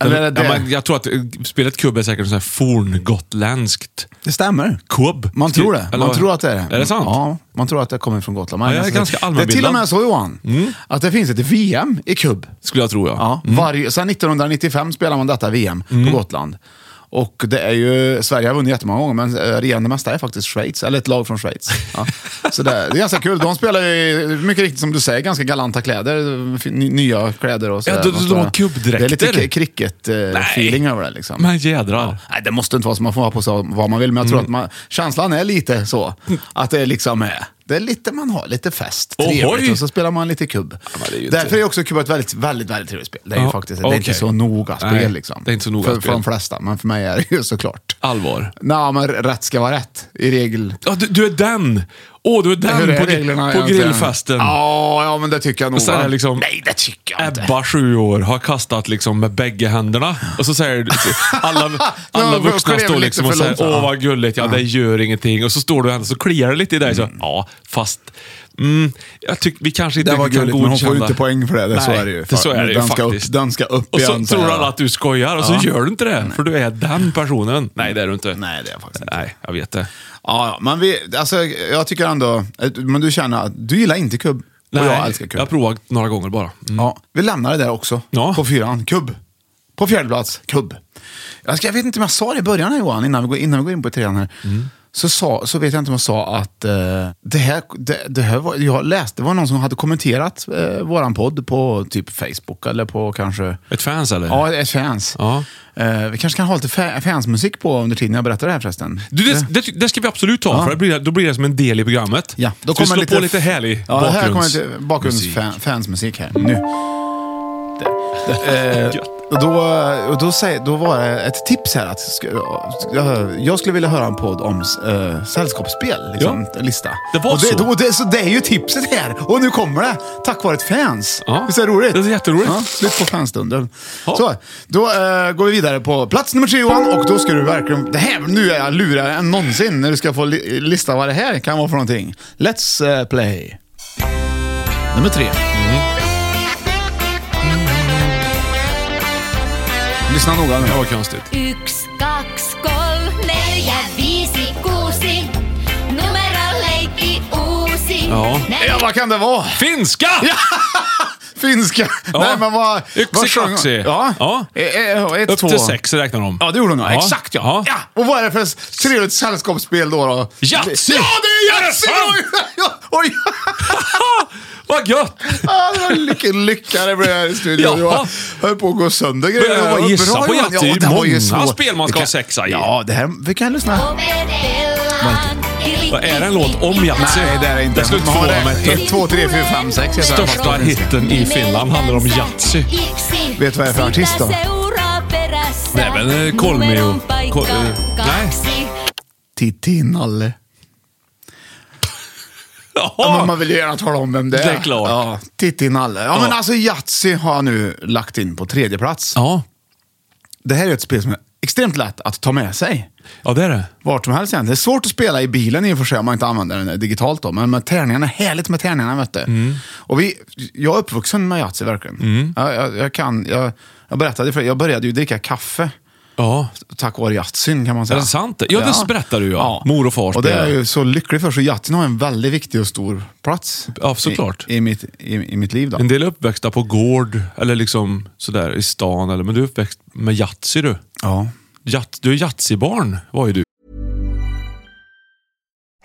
Speaker 1: Eller är det det?
Speaker 2: Ja, men jag tror att eh, spelet kubb är säkert sånt här forngotländskt.
Speaker 1: Det stämmer.
Speaker 2: Kubb.
Speaker 1: Man tror det.
Speaker 2: Eller
Speaker 1: man
Speaker 2: vad-
Speaker 1: tror att det är det.
Speaker 2: Är det sant?
Speaker 1: Ja, man tror att det kommer från Gotland. Man
Speaker 2: Ja, jag är
Speaker 1: nästan-
Speaker 2: ganska
Speaker 1: det är till och
Speaker 2: allmänbildad. Mm.
Speaker 1: med så Johan, att det finns ett VM i kubb.
Speaker 2: Skulle jag Mm. tro, ja.
Speaker 1: Ja, varje, sen 1995 spelar man detta VM på Gotland. Och det är ju, Sverige har vunnit jättemånga gånger, men eh, regerande mästare är faktiskt Schweiz, eller ett lag från Schweiz. Ja. Så det, det är ganska kul. De spelar ju, mycket riktigt som du säger, ganska galanta kläder. fin- ny- Nya kläder och så.
Speaker 2: Ja,
Speaker 1: där.
Speaker 2: de- de har
Speaker 1: Det är lite
Speaker 2: kubbdräkter.
Speaker 1: k- cricket-feeling över det. Liksom.
Speaker 2: Men jädrar.
Speaker 1: Nej, det måste inte vara så. Man får ha på sig vad man vill, men jag tror att
Speaker 2: Mm.
Speaker 1: man, känslan är lite så. Att det liksom är... Det är lite, man har lite fest,
Speaker 2: Ohoj!
Speaker 1: trevligt, och så spelar man lite kubb.
Speaker 2: men det är ju inte-
Speaker 1: Därför är också kubb ett väldigt, väldigt, väldigt trevligt spel. Det är ju
Speaker 2: Ja,
Speaker 1: faktiskt, det
Speaker 2: okej.
Speaker 1: är inte så noga spel
Speaker 2: Nej,
Speaker 1: liksom.
Speaker 2: det är inte så noga
Speaker 1: för,
Speaker 2: spel.
Speaker 1: för de flesta, men för mig är det ju såklart.
Speaker 2: Allvar.
Speaker 1: Nej, men rätt ska vara rätt, i regel.
Speaker 2: Ja, du, du är den! Åh, du är den
Speaker 1: Hur är
Speaker 2: på,
Speaker 1: reglerna
Speaker 2: på
Speaker 1: egentligen?
Speaker 2: grillfesten.
Speaker 1: Ja, ja, men det tycker jag nog.
Speaker 2: Och så är
Speaker 1: va?
Speaker 2: det liksom-
Speaker 1: Nej, det tycker jag inte.
Speaker 2: Ebba, sju år, har kastat liksom med bägge händerna. Och så säger du- alla, alla
Speaker 1: Ja,
Speaker 2: vuxna
Speaker 1: klev
Speaker 2: står
Speaker 1: lite
Speaker 2: liksom
Speaker 1: för
Speaker 2: och säger
Speaker 1: långt, ja.
Speaker 2: åh vad gulligt, ja det gör ingenting. Och så står du och så kliar det lite i dig. Så, ja, fast mm, jag tycker vi kanske inte
Speaker 1: Det var
Speaker 2: riktigt
Speaker 1: gulligt,
Speaker 2: kan
Speaker 1: men hon får ju
Speaker 2: godkänna."
Speaker 1: inte poäng för det. det så
Speaker 2: Nej,
Speaker 1: är det ju.
Speaker 2: så är det ju
Speaker 1: den ska upp,
Speaker 2: faktiskt.
Speaker 1: den ska upp
Speaker 2: och så
Speaker 1: igen,
Speaker 2: tror
Speaker 1: här.
Speaker 2: alla att du skojar och så
Speaker 1: Ja.
Speaker 2: gör du inte det. För du är den personen. Nej, det är du inte.
Speaker 1: Nej, det är jag faktiskt inte.
Speaker 2: Nej, jag vet det.
Speaker 1: Ja, ja, men vi, alltså, jag tycker ändå... eh, Men du känner att du gillar inte kubb.
Speaker 2: Nej,
Speaker 1: och jag älskar kubb.
Speaker 2: Jag har provat några gånger bara. Mm.
Speaker 1: ja, vi lämnar det där också.
Speaker 2: Ja.
Speaker 1: På fyran, kubb. På fjärde plats, kubb. Jag, ska, jag vet inte om jag sa det i början här, Johan, innan vi går, innan vi går in på trean här.
Speaker 2: Mm.
Speaker 1: Så, sa, så vet jag inte om jag sa att eh, det här, det, det här var, jag läste, det var någon som hade kommenterat eh, våran podd på typ Facebook eller på kanske...
Speaker 2: Ett fans eller?
Speaker 1: Ja, ett fans.
Speaker 2: Ja.
Speaker 1: Eh, vi kanske kan ha lite fa- fansmusik på under tiden jag berättar det här förresten.
Speaker 2: Du, det, det, det ska vi absolut ta,
Speaker 1: Ja.
Speaker 2: för det blir, då blir det som en del i programmet.
Speaker 1: Ja, då
Speaker 2: Ska
Speaker 1: kommer
Speaker 2: vi slå
Speaker 1: lite
Speaker 2: på lite härlig
Speaker 1: ja, här kommer
Speaker 2: bakgrunds...
Speaker 1: lite Eh, bakgrundsfansmusik här. Nu. Det, det, eh,
Speaker 2: Gött.
Speaker 1: och då, och då, säger, då var det ett tips här att ska, jag- jag skulle vilja höra en podd om eh, sällskapsspel. Liksom, Lista.
Speaker 2: Det var
Speaker 1: och det,
Speaker 2: så.
Speaker 1: Och det, så det är ju tipset här. Och nu kommer det. Tack vare ett fans.
Speaker 2: Ja.
Speaker 1: Visst är det roligt?
Speaker 2: Det är jätteroligt.
Speaker 1: Ja, slut på fanstunden.
Speaker 2: Ja.
Speaker 1: Så, då eh, går vi vidare på plats nummer tre Johan. Och då ska du verkligen... Det här, nu är jag lurare än någonsin när du ska få li, lista vad det här kan vara för någonting. Let's eh, play. Nummer tre. Lyssna noga nu.
Speaker 2: Det var konstigt.
Speaker 4: Yksi, kaksi, kolme, neljä, viisi, kuusi. Numero leikki uusi.
Speaker 2: Joo.
Speaker 4: Näin
Speaker 1: Ja, vad kan det vara?
Speaker 2: Finska!
Speaker 1: Finska?
Speaker 2: Ja.
Speaker 1: Nej, men vad... vad sjöng-
Speaker 2: Yxi-kaxi.
Speaker 1: Ja.
Speaker 2: Ja.
Speaker 1: E- e- ett,
Speaker 2: Upp
Speaker 1: två.
Speaker 2: till sex räknar de.
Speaker 1: Ja, det gjorde hon. Ja. Exakt ja. ja. Och vad är det för s- trevligt sällskapsspel då? då?
Speaker 2: Yatzy!
Speaker 1: Ja, det är Yatzy!
Speaker 2: Jajamensan!
Speaker 1: Ja, Oj!
Speaker 2: Vad gött!
Speaker 1: Ja, det var lyckan lycka det blev här i studion.
Speaker 2: Ja.
Speaker 1: Jag höll på att gå sönder grejer.
Speaker 2: Men,
Speaker 1: Det var
Speaker 2: gissa
Speaker 1: bra,
Speaker 2: på
Speaker 1: Johan.
Speaker 2: Yatzy.
Speaker 1: det var ju
Speaker 2: Många
Speaker 1: svårt.
Speaker 2: spel man ska
Speaker 1: Det
Speaker 2: ha
Speaker 1: kan-
Speaker 2: sexa i.
Speaker 1: Ja, det här, vi kan lyssna.
Speaker 4: opetellaan.
Speaker 2: Vad är det en låt om Yatzy?
Speaker 1: Nej, det är det inte.
Speaker 2: Det skulle inte
Speaker 1: Man har
Speaker 2: förvåna
Speaker 1: det.
Speaker 2: mig.
Speaker 1: Ett, två, tre, fyra, fem, sex. heter den.
Speaker 2: Största hitten i Finland handlar om Yatzy.
Speaker 1: Vet du vad det är för artist då?
Speaker 4: Seuraa perässä.
Speaker 2: Nej, men, eh, Kolmio.
Speaker 4: Numeron paikka
Speaker 2: Ko- eh, nej.
Speaker 4: kaksi.
Speaker 1: Tittinalle. Ja, men man vill ju gärna tala om vem det är.
Speaker 2: Det är klart.
Speaker 1: Ja, Tittinalle. Ja,
Speaker 2: Ja.
Speaker 1: men alltså Yatzy har jag nu lagt in på tredje plats.
Speaker 2: Ja.
Speaker 1: Det här är ett spel som är extremt lätt att ta med sig.
Speaker 2: ja, det är det.
Speaker 1: Vart som helst egentligen. Det är svårt att spela i bilen i och för sig om man inte använder den digitalt då. Men med tärningarna, härligt med tärningarna vet du.
Speaker 2: Mm.
Speaker 1: Och vi, jag är uppvuxen med Yatzy verkligen. Jag, jag, jag kan, jag, jag berättade för dig, jag började ju dricka kaffe
Speaker 2: Ja.
Speaker 1: tack vare Yatzyn kan man säga.
Speaker 2: Är det sant? Ja, det berättar du, ja. Mor och far
Speaker 1: Och det är jag
Speaker 2: spelar.
Speaker 1: ju så lycklig för, så Yatzyn har en väldigt viktig och stor plats.
Speaker 2: Ja, såklart.
Speaker 1: I, i, mitt, i, I mitt liv då.
Speaker 2: En del är uppväxta på gård eller liksom sådär i stan. Eller, men du är uppväxt med Yatzy du.
Speaker 1: Ja.
Speaker 2: Yat, du är Yatzy-barn var ju du.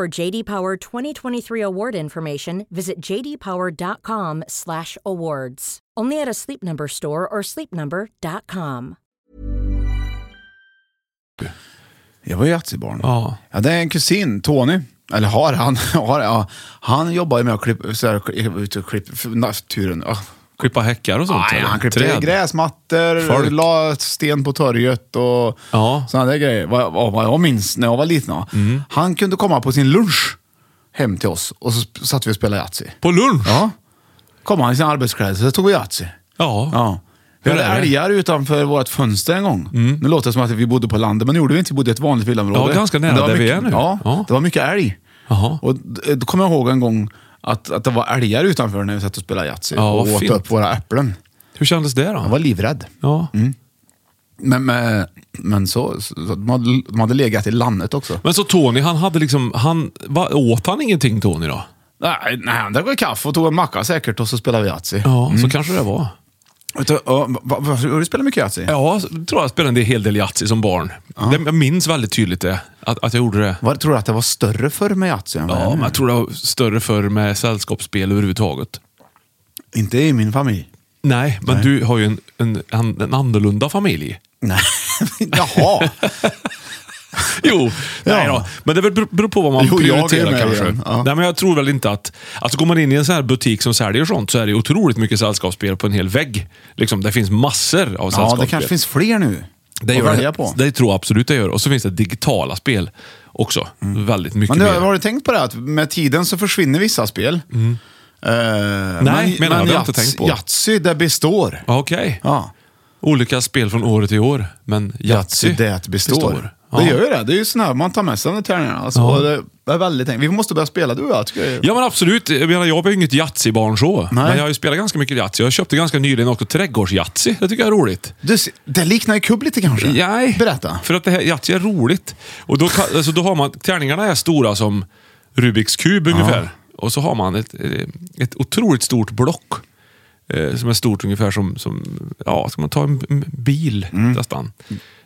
Speaker 5: For JD Power 2023 award information, visit jdpower.com/awards. Only at a Sleep Number store or sleepnumber.com.
Speaker 1: Jag var ju Yatzy-barn.
Speaker 2: Ja.
Speaker 1: Ja, det är en kusin, Tony. Eller har han? Har, ja. Han jobbar ju med att klippa, så här, klipp- ut och klipp, f- naturen. Ja.
Speaker 2: Klippa häckar och sånt.
Speaker 1: Nej,
Speaker 2: eller?
Speaker 1: han klippte
Speaker 2: Träd.
Speaker 1: gräsmattor,
Speaker 2: Folk.
Speaker 1: la sten på torget och
Speaker 2: Ja. Mm.
Speaker 1: sådana där grejer. Vad, vad, vad jag minns när jag var liten. ja. Han kunde komma på sin lunch hem till oss och så sp- satt vi och spelade Yatzy.
Speaker 2: På lunch?
Speaker 1: Ja. Kom han i sina arbetskläder så tog vi Yatzy.
Speaker 2: Ja.
Speaker 1: Ja. Vi
Speaker 2: Hur
Speaker 1: hade
Speaker 2: är det? Mm.
Speaker 1: älgar utanför vårt fönster en gång. Nu låter det som att vi bodde på landet, men det gjorde vi inte. Vi bodde i ett vanligt villaområde.
Speaker 2: Ja, ganska nära
Speaker 1: Det var
Speaker 2: där vi
Speaker 1: mycket-
Speaker 2: är nu.
Speaker 1: Ja,
Speaker 2: Ja.
Speaker 1: det var mycket älg.
Speaker 2: Jaha.
Speaker 1: Och d- eh, då kommer jag ihåg en gång att, att det var älgar utanför när vi satt och spelade Yatzy
Speaker 2: Ja,
Speaker 1: och
Speaker 2: vad
Speaker 1: åt
Speaker 2: fint.
Speaker 1: upp våra äpplen.
Speaker 2: Hur kändes det då?
Speaker 1: Jag var livrädd.
Speaker 2: Ja.
Speaker 1: Men, men, men så, så, de, hade, de hade legat i landet också.
Speaker 2: Men så Tony, han hade liksom... Han, va, åt han ingenting Tony då?
Speaker 1: Nej, nej, han drack väl kaffe och tog en macka säkert och så spelade vi Yatzy.
Speaker 2: Ja, så kanske det var.
Speaker 1: Vet du, ja, va- va- va- Har du spelat mycket Yatzy?
Speaker 2: Ja, så tror jag spelade en hel del Yatzy som barn. Det, jag minns väldigt tydligt det. Att, att jag gjorde det.
Speaker 1: Vad- Tror du att det var större förr med Yatzy än vad det är
Speaker 2: Ja,
Speaker 1: nu?
Speaker 2: men jag tror det var större för med sällskapsspel överhuvudtaget.
Speaker 1: Inte i min familj.
Speaker 2: Nej, men du har ju en, en, en, en annorlunda familj.
Speaker 1: Nej. Jaha.
Speaker 2: Jo,
Speaker 1: Ja.
Speaker 2: nej då. Men det beror beror på vad man
Speaker 1: Jo, jag är
Speaker 2: prioriterar
Speaker 1: med
Speaker 2: kanske.
Speaker 1: igen. Ja.
Speaker 2: Nej, men jag tror väl inte att... Alltså går man in i en sån här butik som säljer sånt så är det otroligt mycket sällskapsspel på en hel vägg. Liksom, det finns massor av
Speaker 1: Ja,
Speaker 2: sällskapsspel.
Speaker 1: det kanske finns fler nu
Speaker 2: det
Speaker 1: att
Speaker 2: gör
Speaker 1: välja
Speaker 2: det,
Speaker 1: på.
Speaker 2: Det tror jag absolut det gör. Och så finns det digitala spel också. Väldigt mycket
Speaker 1: Mm. Men du,
Speaker 2: mer.
Speaker 1: har du tänkt på det att med tiden så försvinner vissa spel? Eh,
Speaker 2: menar Mm. jag, det har jag inte
Speaker 1: Yatzy-
Speaker 2: tänkt på.
Speaker 1: Yatzy, det består.
Speaker 2: Ja, Okej.
Speaker 1: Ja.
Speaker 2: Olika spel från år till år, men Yatzy,
Speaker 1: Yatzy, det består.
Speaker 2: Ja.
Speaker 1: Det gör ju det. Det är ju sån här, man tar med sig den tärningarna. Alltså,
Speaker 2: Ja.
Speaker 1: Och det är väldigt enkelt. Vi måste börja spela du och jag, tycker jag.
Speaker 2: Ja men absolut. Jag menar, jag var ju inget Yatzy-barn så.
Speaker 1: Nej.
Speaker 2: Men jag har ju spelat ganska mycket Yatzy. Jag köpte ganska nyligen också trädgårds-Yatzy. Det tycker jag är roligt.
Speaker 1: Du, se- det liknar ju kubb lite kanske.
Speaker 2: Nej.
Speaker 1: Berätta.
Speaker 2: För att det här Yatzy är roligt. Och då, kan- alltså, då har man, tärningarna är stora som Rubiks kub ungefär. Och så har man ett, eh, ett otroligt stort block. Eh, som är stort ungefär som, som ja, ska man ta en b- m- bil nästan.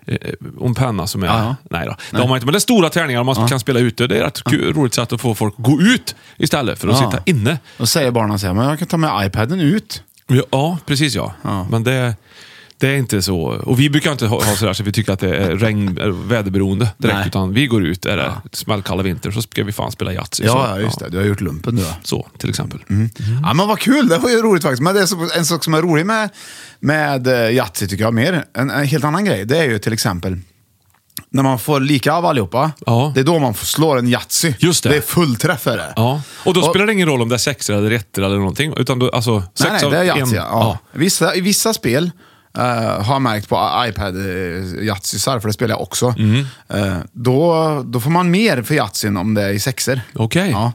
Speaker 2: Eh, och en penna som är...
Speaker 1: Mm. Ja.
Speaker 2: Nej då, det har man inte. Men det är stora tärningar och man kan spela ute. Det är ett kul, roligt sätt att få folk att gå ut istället för att
Speaker 1: Ja.
Speaker 2: sitta inne.
Speaker 1: Då säger barnen så här, men jag kan ta med iPaden ut.
Speaker 2: Ja, Ja, precis ja. Men det, Det är inte så. Och vi brukar inte ha ha sådär så vi tycker att det är regn, eh, väderberoende direkt.
Speaker 1: Nej.
Speaker 2: Utan vi går ut, är det smällkalla vinter, så ska vi fan spela Yatzy. så,
Speaker 1: Ja, ja, just det. Mm. Du har gjort lumpen du. va?
Speaker 2: Så, till exempel. Mm.
Speaker 1: Ja, men vad kul. Det var ju roligt faktiskt. Men det är så, en sak som är rolig med, med eh, Yatzy tycker jag mer, en, en helt annan grej, det är ju till exempel när man får lika av allihopa,
Speaker 2: Ja.
Speaker 1: det är då man får slår en Yatzy.
Speaker 2: Just det.
Speaker 1: det är fullträff är det.
Speaker 2: Ja. Och då spelar det ingen roll om det är sexor eller ettor eller någonting. Utan då, alltså, sex
Speaker 1: Nej, nej,
Speaker 2: av
Speaker 1: det är
Speaker 2: en-
Speaker 1: Yatzy. Ja.
Speaker 2: ja.
Speaker 1: Vissa, I vissa spel eh, har jag märkt på i- iPad uh, Yatzysar, för det spelar jag också,
Speaker 2: Mm.
Speaker 1: eh, då, då får man mer för Yatzyn om det är i sexer.
Speaker 2: Okej.
Speaker 1: Ja.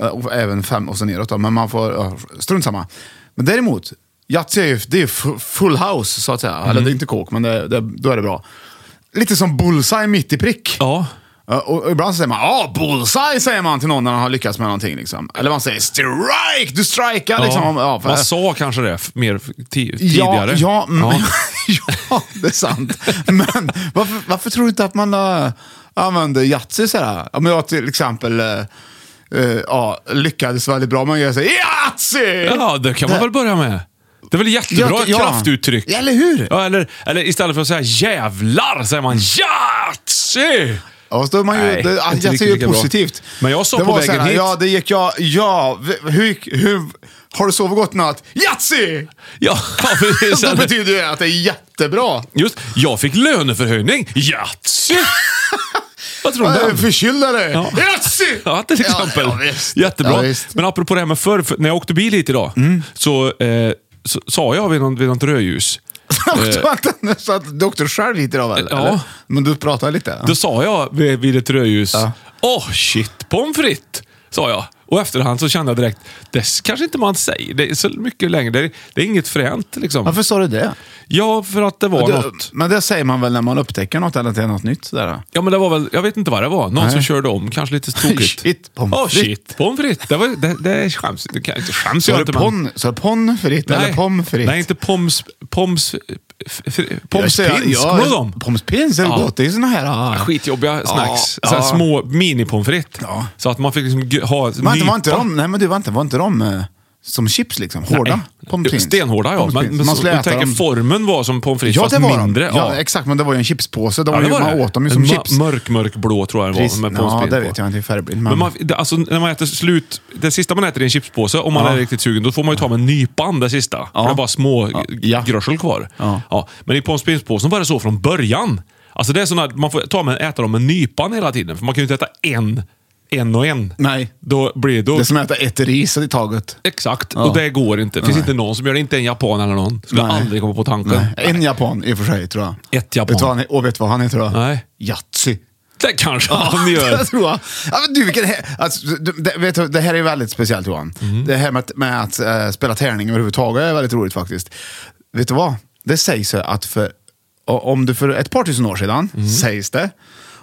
Speaker 1: Eh, Och även fem och så neråt då, men man får, ja, strunt samma. Men däremot, Yatzy är ju det är ju fu- full house så att säga. Eller
Speaker 2: Mm.
Speaker 1: det är inte kåk, men det, det, då är det bra. Lite som bullseye mitt i prick.
Speaker 2: Ja.
Speaker 1: Eh, Och och ibland så säger man ja, bullseye säger man till någon när han har lyckats med någonting. Liksom. Eller man säger strike, du strikar. Liksom. Om- ja, för-
Speaker 2: Man sa kanske det f- mer f- ti- tidigare.
Speaker 1: Ja, ja, mm,
Speaker 2: Ja.
Speaker 1: ja, det är sant. Men varför, varför tror du inte att man äh, använder Yatzy sådär? Om jag till exempel äh, äh, ja, lyckades väldigt bra, man gör såhär Yatzy!
Speaker 2: Ja, det kan man väl börja med. Det är väl jättebra
Speaker 1: Ja, ja.
Speaker 2: kraftuttryck?
Speaker 1: Eller hur?
Speaker 2: Ja, eller, eller istället för att säga jävlar säger man Yatzy!
Speaker 1: Ja, så då är man ju,
Speaker 2: Nej,
Speaker 1: det,
Speaker 2: inte
Speaker 1: Yatzy är ju
Speaker 2: lika bra.
Speaker 1: positivt.
Speaker 2: Men jag sa
Speaker 1: Det
Speaker 2: på
Speaker 1: var
Speaker 2: vägen
Speaker 1: såhär,
Speaker 2: hit-
Speaker 1: Ja, det gick jag, ja, v- hur, gick- hur, har du sovit gott natt? Yatzy!
Speaker 2: Ja, precis.
Speaker 1: Det betyder ju att det är jättebra.
Speaker 2: Just, jag fick löneförhöjning. Yatzy! Vad tror du om
Speaker 1: Äh,
Speaker 2: den?
Speaker 1: Förkyld eller?
Speaker 2: Ja.
Speaker 1: Yatzy!
Speaker 2: Ja, till exempel.
Speaker 1: Ja, ja, visst.
Speaker 2: Jättebra.
Speaker 1: Ja, visst.
Speaker 2: Men apropå det här med förr, för när jag åkte bil hit idag så, eh, så sa jag vid, någon, vid något rödljus.
Speaker 1: Doktor- Vänta nu, så att doktor själv hit idag väl?
Speaker 2: Ja.
Speaker 1: eller? Men du pratar lite?
Speaker 2: Då sa jag vid, vid ett rödljus, åh shit pommes frites, sa jag. Och efterhand så kände jag direkt, det kanske inte man säger det är så mycket längre. Det är, det är inget fränt liksom.
Speaker 1: Varför sa du det?
Speaker 2: Ja, för att det var
Speaker 1: Du-
Speaker 2: något.
Speaker 1: men det säger man väl när man upptäcker något eller att det är något nytt? Där.
Speaker 2: Ja, men det var väl, jag vet inte vad det var. Någon som körde om, kanske lite tokigt.
Speaker 1: Shit, pommes
Speaker 2: Åh,
Speaker 1: frites.
Speaker 2: shit pommes frites. Det, var, det, det skäms, det kan, det skäms
Speaker 1: Sa
Speaker 2: jag
Speaker 1: du
Speaker 2: inte. men-
Speaker 1: pon- sa du pommes frites eller pommes frites?
Speaker 2: Nej, inte pommes... Pommes... f- f- Pommes
Speaker 1: Jag säger-
Speaker 2: pins.
Speaker 1: ja,
Speaker 2: Kommer du ihåg dem?
Speaker 1: Pommes pins är
Speaker 2: Ja.
Speaker 1: gott. Det är såna här... ah.
Speaker 2: Skitjobbiga snacks.
Speaker 1: Ja,
Speaker 2: Såhär
Speaker 1: ja.
Speaker 2: små mini-pommes frites.
Speaker 1: Ja.
Speaker 2: Så att man fick liksom g- ha
Speaker 1: Men det var inte
Speaker 2: nypa.
Speaker 1: de, nej men du var inte, var inte de eh, som chips liksom? Hårda?
Speaker 2: Nej.
Speaker 1: Pommes frites.
Speaker 2: Stenhårda ja.
Speaker 1: Pommes
Speaker 2: Men,
Speaker 1: frites.
Speaker 2: men
Speaker 1: man
Speaker 2: man
Speaker 1: skulle
Speaker 2: jag
Speaker 1: äta
Speaker 2: tänker
Speaker 1: dem.
Speaker 2: formen var som pommes frites
Speaker 1: Ja, det
Speaker 2: fast
Speaker 1: var
Speaker 2: mindre.
Speaker 1: de. Ja, exakt. Men det var ju en chipspåse. De
Speaker 2: Ja,
Speaker 1: var
Speaker 2: det
Speaker 1: ju,
Speaker 2: var
Speaker 1: man
Speaker 2: det.
Speaker 1: åt dem ju som
Speaker 2: En ma-
Speaker 1: chips.
Speaker 2: Mörk, mörkblå tror jag det
Speaker 1: Precis.
Speaker 2: var. Med
Speaker 1: ja,
Speaker 2: pommes
Speaker 1: det
Speaker 2: frites
Speaker 1: vet
Speaker 2: på.
Speaker 1: jag inte i färgbild.
Speaker 2: Men man, det- alltså, när man äter slut, det sista man äter i en chipspåse, om man
Speaker 1: Ja.
Speaker 2: är riktigt sugen, då får man ju ta med nypan det sista. För det är bara små
Speaker 1: Ja.
Speaker 2: ja. grörsel kvar.
Speaker 1: Ja.
Speaker 2: Men i pommes frites-påsen var det så från början. Alltså det är såna, man får ta med, äta dem med nypan hela tiden, för man kan ju inte äta en, en och en.
Speaker 1: Nej.
Speaker 2: Då blir då,
Speaker 1: Det är som att äta ett ris i taget.
Speaker 2: Exakt,
Speaker 1: Ja.
Speaker 2: och det går inte. Det finns
Speaker 1: Nej.
Speaker 2: inte någon som gör det, inte en japan eller någon. Skulle
Speaker 1: Nej.
Speaker 2: aldrig komma på tanken.
Speaker 1: Nej. En japan i och för sig, tror jag.
Speaker 2: Ett japan.
Speaker 1: Vet du vad han, och vet du vad han heter då?
Speaker 2: Nej.
Speaker 1: Yatzy.
Speaker 2: Det kanske han
Speaker 1: det
Speaker 2: gör.
Speaker 1: tror jag. Ja, men du, vilken, hä- alltså, du, det, vet du, det här är väldigt speciellt Johan.
Speaker 2: Mhm.
Speaker 1: Det här med, att- med att eh, spela tärning överhuvudtaget är väldigt roligt faktiskt. Vet du vad? Det sägs ju att för, o- om du för ett par tusen år sedan,
Speaker 2: Mhm.
Speaker 1: sägs det,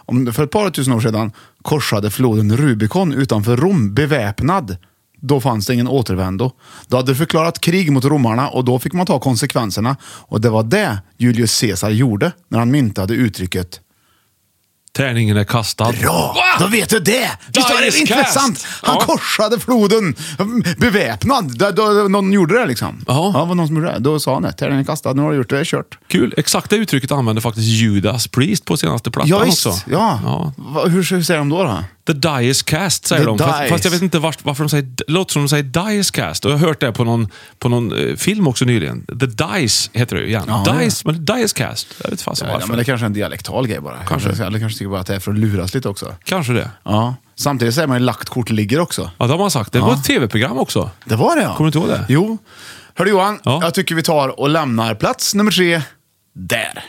Speaker 1: om du för ett par tusen år sedan korsade floden Rubicon utanför Rom beväpnad, då fanns det ingen återvändo. Då hade du förklarat krig mot romarna och då fick man ta konsekvenserna. Och det var det Julius Caesar gjorde när han myntade uttrycket
Speaker 2: Tärningen är kastad.
Speaker 1: Bra! Då vet du det! Visst var det
Speaker 2: Dice
Speaker 1: intressant?
Speaker 2: cast.
Speaker 1: Han
Speaker 2: Ja.
Speaker 1: korsade floden mm, beväpnad. Då, då, någon gjorde det liksom.
Speaker 2: Jaha.
Speaker 1: Ja, det var någon som gjorde det. Då sa han det. Tärningen är kastad, nu har du gjort det, kört.
Speaker 2: Kul. Exakt det uttrycket använde faktiskt Judas Priest på senaste plattan
Speaker 1: Ja, visst.
Speaker 2: också.
Speaker 1: Ja. Va, hur, hur säger de då? då?
Speaker 2: The Die is cast, säger
Speaker 1: The
Speaker 2: de.
Speaker 1: die
Speaker 2: Fast, fast jag
Speaker 1: is-
Speaker 2: vet inte vart, varför de säger... Det låter som de säger Die is cast. Och jag har hört det på någon, på någon eh, film också nyligen. The Dice heter det ju igen.
Speaker 1: Ja,
Speaker 2: Dice, men Die is cast. Jag vet fasen
Speaker 1: Ja,
Speaker 2: varför.
Speaker 1: men det kanske är en dialektal grej bara.
Speaker 2: Kanske.
Speaker 1: Eller kanske tycker bara att det är för att luras lite också.
Speaker 2: Kanske det.
Speaker 1: Ja. Samtidigt säger man ju lagt kort ligger också.
Speaker 2: Ja, det har man sagt. Det var ett tv-program också.
Speaker 1: Det var det ja.
Speaker 2: Kommer du inte ihåg det?
Speaker 1: Jo. Hörru Johan,
Speaker 2: Ja.
Speaker 1: jag tycker vi tar och lämnar plats nummer tre där.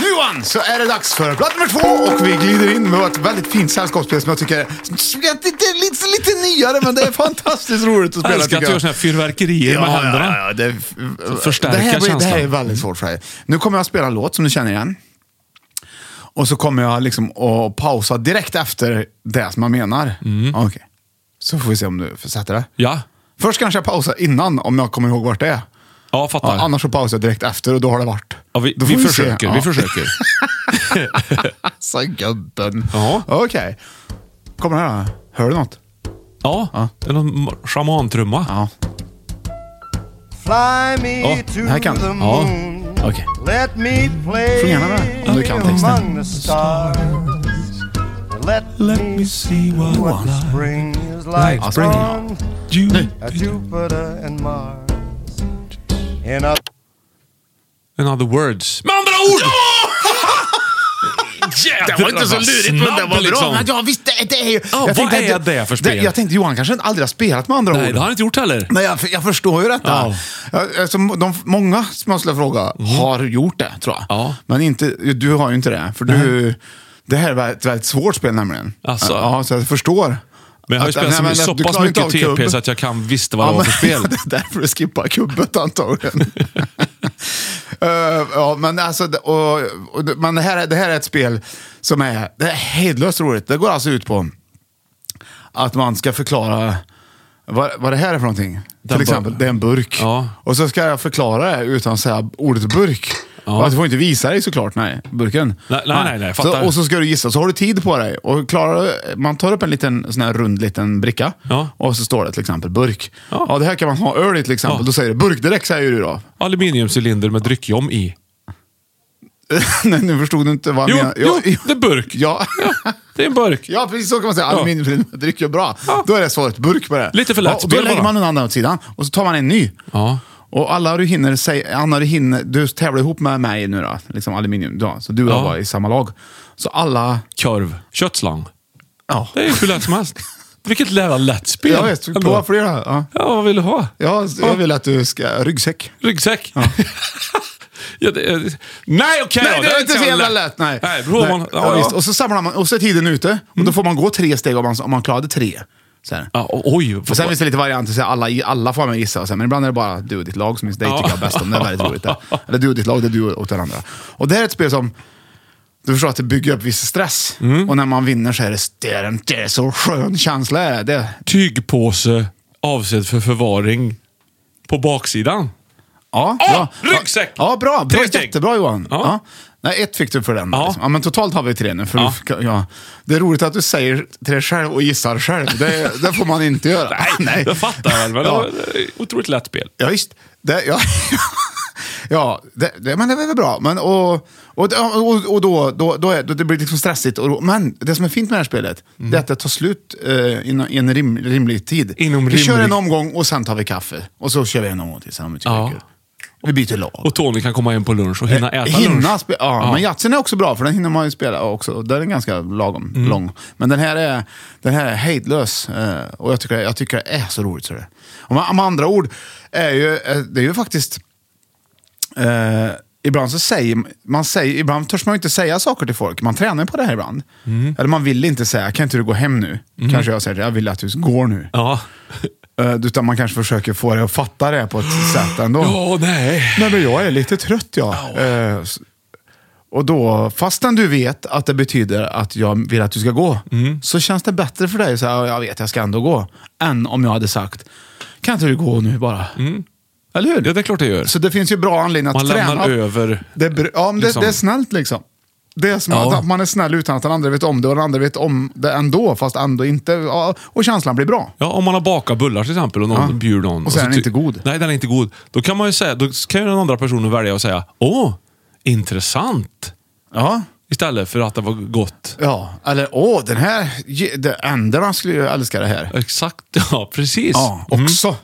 Speaker 1: Nu Johan, så är det dags för plats nummer två och vi glider in med ett väldigt fint sällskapsspel som jag tycker är det är lite, lite nyare men det är fantastiskt roligt att
Speaker 2: Jag
Speaker 1: spela.
Speaker 2: älskar att
Speaker 1: tycker
Speaker 2: du gör såna här fyrverkerier med händerna.
Speaker 1: Ja, ja, det,
Speaker 2: förstärka
Speaker 1: det här, blir- Det här är
Speaker 2: känslan.
Speaker 1: väldigt svårt för dig. Nu kommer jag att spela en låt som du känner igen. Och så kommer jag liksom att pausa direkt efter det som man menar.
Speaker 2: Mm.
Speaker 1: Okej. Så får vi se om du sätter det.
Speaker 2: Ja.
Speaker 1: Först kanske jag pausar innan om jag kommer ihåg vart det är.
Speaker 2: Ja, fattar.
Speaker 1: Ja, annars så pausar jag direkt efter och då har det varit.
Speaker 2: Ja, vi,
Speaker 1: Då får
Speaker 2: vi,
Speaker 1: se.
Speaker 2: försöker,
Speaker 1: Ja.
Speaker 2: vi försöker.
Speaker 1: Alltså gubben.
Speaker 2: Ja.
Speaker 1: Okej. Kommer det här då? Hör du något?
Speaker 2: Ja, det är någon ma- schamantrumma.
Speaker 1: Ja.
Speaker 6: Fly me
Speaker 1: Ja,
Speaker 6: to
Speaker 1: det här kan du.
Speaker 6: the
Speaker 1: Ja.
Speaker 6: moon.
Speaker 1: Okej.
Speaker 6: Let me play
Speaker 1: Sjung gärna med, om du kan texten.
Speaker 6: among the stars. Let, me see what, spring is like
Speaker 1: Ja, spring.
Speaker 6: on
Speaker 1: Nu.
Speaker 6: Jupiter and Mars. In a
Speaker 2: In other words. Med andra ord! Jädrar,
Speaker 1: Det var inte så
Speaker 2: vad
Speaker 1: lurigt, men det
Speaker 2: snabb,
Speaker 1: var bra.
Speaker 2: liksom.
Speaker 1: Men ja, visst, det, det är ju...
Speaker 2: Ja,
Speaker 1: jag
Speaker 2: vad
Speaker 1: tänkte
Speaker 2: är
Speaker 1: att
Speaker 2: det för spel?
Speaker 1: jag tänkte, Johan kanske aldrig har spelat med andra
Speaker 2: Nej,
Speaker 1: ord.
Speaker 2: det har han inte gjort heller.
Speaker 1: Men jag, jag förstår ju detta.
Speaker 2: Ja. Mm.
Speaker 1: Jag- Alltså, de, många som jag skulle fråga har gjort det, tror jag.
Speaker 2: Ja.
Speaker 1: Men inte, du har ju inte det. För du, det här är ett väldigt svårt spel nämligen.
Speaker 2: Alltså.
Speaker 1: Ja, så jag förstår.
Speaker 2: Men jag har ju
Speaker 1: Att-
Speaker 2: spelat
Speaker 1: nej, men
Speaker 2: så,
Speaker 1: att
Speaker 2: så
Speaker 1: du
Speaker 2: pass
Speaker 1: klarar inte
Speaker 2: mycket
Speaker 1: av
Speaker 2: TP
Speaker 1: kubb.
Speaker 2: så att jag kan visste vad det
Speaker 1: Ja,
Speaker 2: var
Speaker 1: men-
Speaker 2: för spel.
Speaker 1: det är därför du skippar kubbet antagligen. Eh, ja, men alltså, det- och, och, det- men det, här, är- det här är ett spel som är, det är hejdlöst roligt. Det går alltså ut på att man ska förklara vad, vad det här är för någonting.
Speaker 2: bur-
Speaker 1: Till exempel, det är en burk.
Speaker 2: Ja.
Speaker 1: Och så ska jag förklara det utan att säga ordet burk. Och att du får inte visa dig såklart, nej, burken.
Speaker 2: Nej, nej, nej, nej,
Speaker 1: så,
Speaker 2: fattar.
Speaker 1: och så ska du gissa, så har du tid på dig. Och klarar, man tar upp en liten sån här rund liten bricka
Speaker 2: Ja.
Speaker 1: och så står det till exempel burk.
Speaker 2: Ja.
Speaker 1: Ja, det här kan man ha öl i till exempel.
Speaker 2: Ja.
Speaker 1: Då säger du burk direkt, säger du då.
Speaker 2: Aluminiumcylinder med dryckjom i.
Speaker 1: nej, nu förstod du inte vad han
Speaker 2: Jo,
Speaker 1: menar.
Speaker 2: jo, det är burk.
Speaker 1: Ja.
Speaker 2: Det är en burk.
Speaker 1: Ja, precis så kan man säga.
Speaker 2: Ja.
Speaker 1: Aluminiumfilm dricker ju bra.
Speaker 2: Ja.
Speaker 1: Då är det svaret burk på det.
Speaker 2: Lite för lätt
Speaker 1: och då
Speaker 2: spel
Speaker 1: lägger
Speaker 2: bara.
Speaker 1: man en annan åt sidan och så tar man en ny.
Speaker 2: Ja.
Speaker 1: Och alla du hinner, säga, Anna du hinner, du tävlar ihop med mig nu då, liksom aluminium, då, så du och
Speaker 2: Ja.
Speaker 1: jag var i samma lag. Så alla...
Speaker 2: Korv. Köttslang.
Speaker 1: Ja,
Speaker 2: Det är ju hur lätt som helst. Vilket jävla lätt spel.
Speaker 1: jag vet.
Speaker 2: Ändå.
Speaker 1: Prova fler då. Ja.
Speaker 2: Ja, vad vill du ha?
Speaker 1: Ja, jag vill att du ska... Ryggsäck.
Speaker 2: Ryggsäck? Ja. det, nej, okej
Speaker 1: Nej,
Speaker 2: då.
Speaker 1: det är inte så jävla lätt. Nej.
Speaker 2: Nej, bro,
Speaker 1: Nej.
Speaker 2: Man,
Speaker 1: ja, visst. Mm. Och så samlar man, och så är tiden ute. Och då får man gå tre steg om man, om man klarade tre. Så här.
Speaker 2: Ja, o- oj.
Speaker 1: Och sen finns det lite varianter, så här, alla, alla får man gissa, och så här, men ibland är det bara du och ditt lag som är- det tycker jag bäst om. Det är väldigt roligt. Det. Eller du och ditt lag, det är du och varandra. Och det här är ett spel som, du förstår att det bygger upp viss stress. Och när man vinner så är det, det är en det är så skön känsla. Är det. Det,
Speaker 2: Tygpåse avsedd för förvaring på baksidan.
Speaker 1: ja,
Speaker 2: Ah,
Speaker 1: bra.
Speaker 2: ryggsäck!
Speaker 1: Ja, bra. bra
Speaker 2: Tre steg.
Speaker 1: jättebra Johan.
Speaker 2: Ja.
Speaker 1: Ja. Nej, ett fick du för den.
Speaker 2: Ja.
Speaker 1: Ja. Liksom. Ja, men totalt har vi tre nu. För
Speaker 2: Ja.
Speaker 1: du, ja. Det är roligt att du säger till dig själv och gissar själv. Det, det får man inte göra. Nej.
Speaker 2: Jag fattar väl, men
Speaker 1: Ja.
Speaker 2: det var otroligt lätt spel.
Speaker 1: Ja, visst. Det, ja, ja det, det, men det är väl bra. Men, och och, och, och då, då, då, är, då det blir det liksom stressigt. Och, då- men det som är fint med det här spelet,
Speaker 2: Mm.
Speaker 1: det är att det tar slut eh, inom, i en rim, rimlig tid.
Speaker 2: Inom
Speaker 1: vi
Speaker 2: rimlig-
Speaker 1: kör en omgång och sen tar vi kaffe. Och så kör vi en omgång till. Sen om vi tycker det
Speaker 2: Ja.
Speaker 1: är kul. Och vi byter lag.
Speaker 2: Och Tony kan komma hem på lunch och hinna äta
Speaker 1: Eh, Hinna
Speaker 2: lunch.
Speaker 1: spe- ja, Men Yatzy är också bra, för den hinner man ju spela också. Och Den är ganska lagom
Speaker 2: Mm.
Speaker 1: lång. Men den här är, den här är hejdlös. eh, Och jag tycker, jag tycker det är så roligt. Så det. är. Och med, med andra ord, är ju, eh, det är ju faktiskt... Eh, ibland så säger man, säger, ibland törs man ju inte säga saker till folk. Man tränar ju på det här ibland.
Speaker 2: Mm.
Speaker 1: Eller man vill inte säga, kan inte du gå hem nu? Kanske jag säger, jag vill att du går nu.
Speaker 2: Ja.
Speaker 1: Eh, utan man kanske försöker få dig att fatta det på ett sätt ändå.
Speaker 2: Ja, nej.
Speaker 1: Nej, men jag är lite trött jag. Eh, s- och då, fastän du vet att det betyder att jag vill att du ska gå,
Speaker 2: Mm.
Speaker 1: så känns det bättre för dig. Så här, jag vet, jag ska ändå gå. Än om jag hade sagt, kan inte du gå nu bara? Eller hur?
Speaker 2: Ja, det är klart det gör.
Speaker 1: Så det finns ju bra anledning att
Speaker 2: Mm. Man
Speaker 1: träna.
Speaker 2: lämnar över,
Speaker 1: Det är, br- ja, men det,
Speaker 2: liksom.
Speaker 1: det är snällt liksom. Det är som
Speaker 2: Ja.
Speaker 1: att man är snäll utan att den andra vet om det och den andra vet om det ändå, fast ändå inte. Ja, och känslan blir bra.
Speaker 2: Ja, om man har bakat bullar till exempel och någon
Speaker 1: Ja.
Speaker 2: bjuder någon.
Speaker 1: Och så är den
Speaker 2: ty-
Speaker 1: inte god.
Speaker 2: Nej, den är inte god. Då kan man ju säga, då kan ju den andra personen välja att säga Åh, intressant.
Speaker 1: Ja.
Speaker 2: Istället för att det var gott.
Speaker 1: Ja, eller åh, den här, ge- det- ändarna skulle ju älska det här.
Speaker 2: Exakt, ja precis.
Speaker 1: Ja,
Speaker 2: Mm.
Speaker 1: också.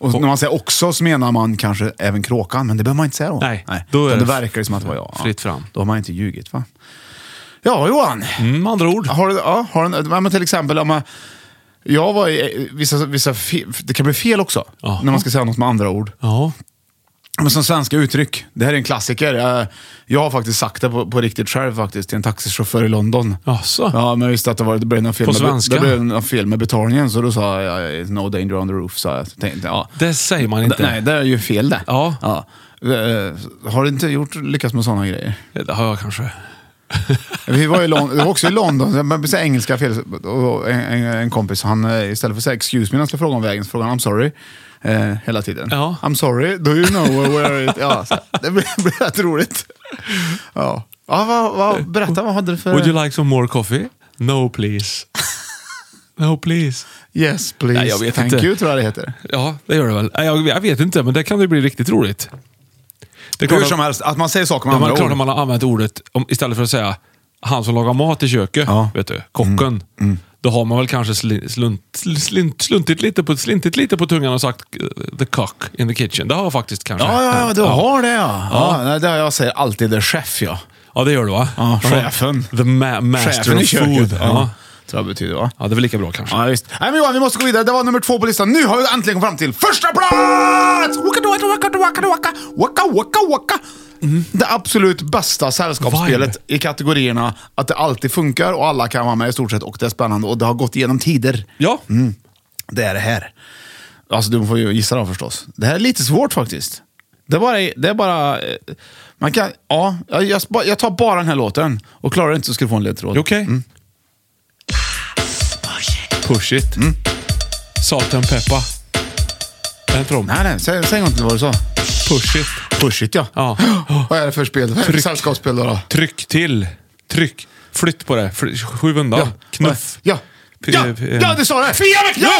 Speaker 1: Och när man säger också så menar man kanske även kråkan, men det behöver man inte säga då.
Speaker 2: Nej, då är
Speaker 1: Utan
Speaker 2: det
Speaker 1: det verkar ju som att det var jag. Ja.
Speaker 2: fritt fram.
Speaker 1: Då har man inte ljugit va? Ja, Johan.
Speaker 2: Mm, med andra ord.
Speaker 1: Har du, ja, har du, ja, men till exempel, om man, jag var i, vissa, vissa fe, det kan bli fel också,
Speaker 2: Jaha.
Speaker 1: när man ska säga något med andra ord.
Speaker 2: Ja.
Speaker 1: Men som svenska uttryck, det här är en klassiker. Jag, jag har faktiskt sagt det på, på riktigt själv faktiskt, till en taxichaufför i London.
Speaker 2: Jaså?
Speaker 1: Ja, men jag visste att det, var, det blev något fel,
Speaker 2: På
Speaker 1: med,
Speaker 2: svenska?
Speaker 1: det blev något fel med betalningen, så då sa jag "It's no danger on the roof. Sa jag. Så Tänkte, ja.
Speaker 2: Det säger man inte.
Speaker 1: Nej, det är ju fel det.
Speaker 2: Ja.
Speaker 1: Eh, Har du inte gjort, lyckats med sådana grejer?
Speaker 2: Det har jag kanske.
Speaker 1: Vi var, i Lon- vi var också i London, så man säger engelska fel. Och en, en, en kompis, han, eh, istället för att säga excuse me när han ska fråga om vägen, så frågar han I'm sorry. Eh, hela tiden.
Speaker 2: Ja.
Speaker 1: I'm sorry, do you know where it... Ja, så, det blir, blir rätt roligt. Ja. Ja, vad, vad, berätta, vad hade du för...
Speaker 2: Would you like some more coffee? No please. No please.
Speaker 1: Yes please.
Speaker 2: Nej, jag vet
Speaker 1: Thank
Speaker 2: inte.
Speaker 1: you tror jag det heter.
Speaker 2: Ja, det gör det väl. Nej, Jag, jag vet inte, men det kan ju bli riktigt roligt. Det är klart
Speaker 1: Hur
Speaker 2: att-
Speaker 1: som helst, att man säger saker med
Speaker 2: Ja, men
Speaker 1: andra
Speaker 2: klart
Speaker 1: ord.
Speaker 2: om man har använt ordet, om, istället för att säga han som lagar mat i köket, vet du, kocken.
Speaker 1: Mm,
Speaker 2: Då har man väl kanske sli- slunt, slint, sluntit, lite på, slintit lite på tungan och sagt eh, the cock in the kitchen. Det har jag faktiskt kanske.
Speaker 1: Ja, ja, ja, du har det ja.
Speaker 2: Ja.
Speaker 1: ja. nej, det har jag säger alltid det är chef ja.
Speaker 2: Ja, det gör du va?
Speaker 1: Ja, chefen.
Speaker 2: The ma- master
Speaker 1: Chefen i
Speaker 2: of
Speaker 1: köket.
Speaker 2: food.
Speaker 1: Ja.
Speaker 2: Ja.
Speaker 1: Tror jag betyder va?
Speaker 2: ja, det är väl lika bra kanske.
Speaker 1: Ja, visst. Nej, men Johan, vi måste gå vidare. Det var nummer två på listan. Nu har vi äntligen kommit fram till första plats! Waka, waka, waka, waka, waka, waka, waka, waka. Mm. Det absolut bästa sällskapsspelet i kategorierna att det alltid funkar och alla kan vara med i stort sett och det är spännande och det har gått igenom tider.
Speaker 2: Ja.
Speaker 1: Mm, Det är det här. Alltså du får ju gissa då förstås. Det här är lite svårt faktiskt. Det är bara... Det är bara eh, man kan, ja, jag, jag spa- jag tar bara den här låten och klarar det inte så ska du få en ledtråd. Mm.
Speaker 2: Okej. Push it. Salt and peppa. Är det inte de?
Speaker 1: Nej, nej, säg, säg inte vad du sa.
Speaker 2: Push it.
Speaker 1: Push it ja.
Speaker 2: Ja.
Speaker 1: Vad är det för spel? Vad är det för
Speaker 2: Tryck.
Speaker 1: sällskapsspel då? då?
Speaker 2: Tryck till. Tryck. Flytt på det. Fly- Skjuv undan. Knuff.
Speaker 1: Ja.
Speaker 2: P-
Speaker 1: Ja,
Speaker 2: eh,
Speaker 1: ja du sa det! Fia med knuff!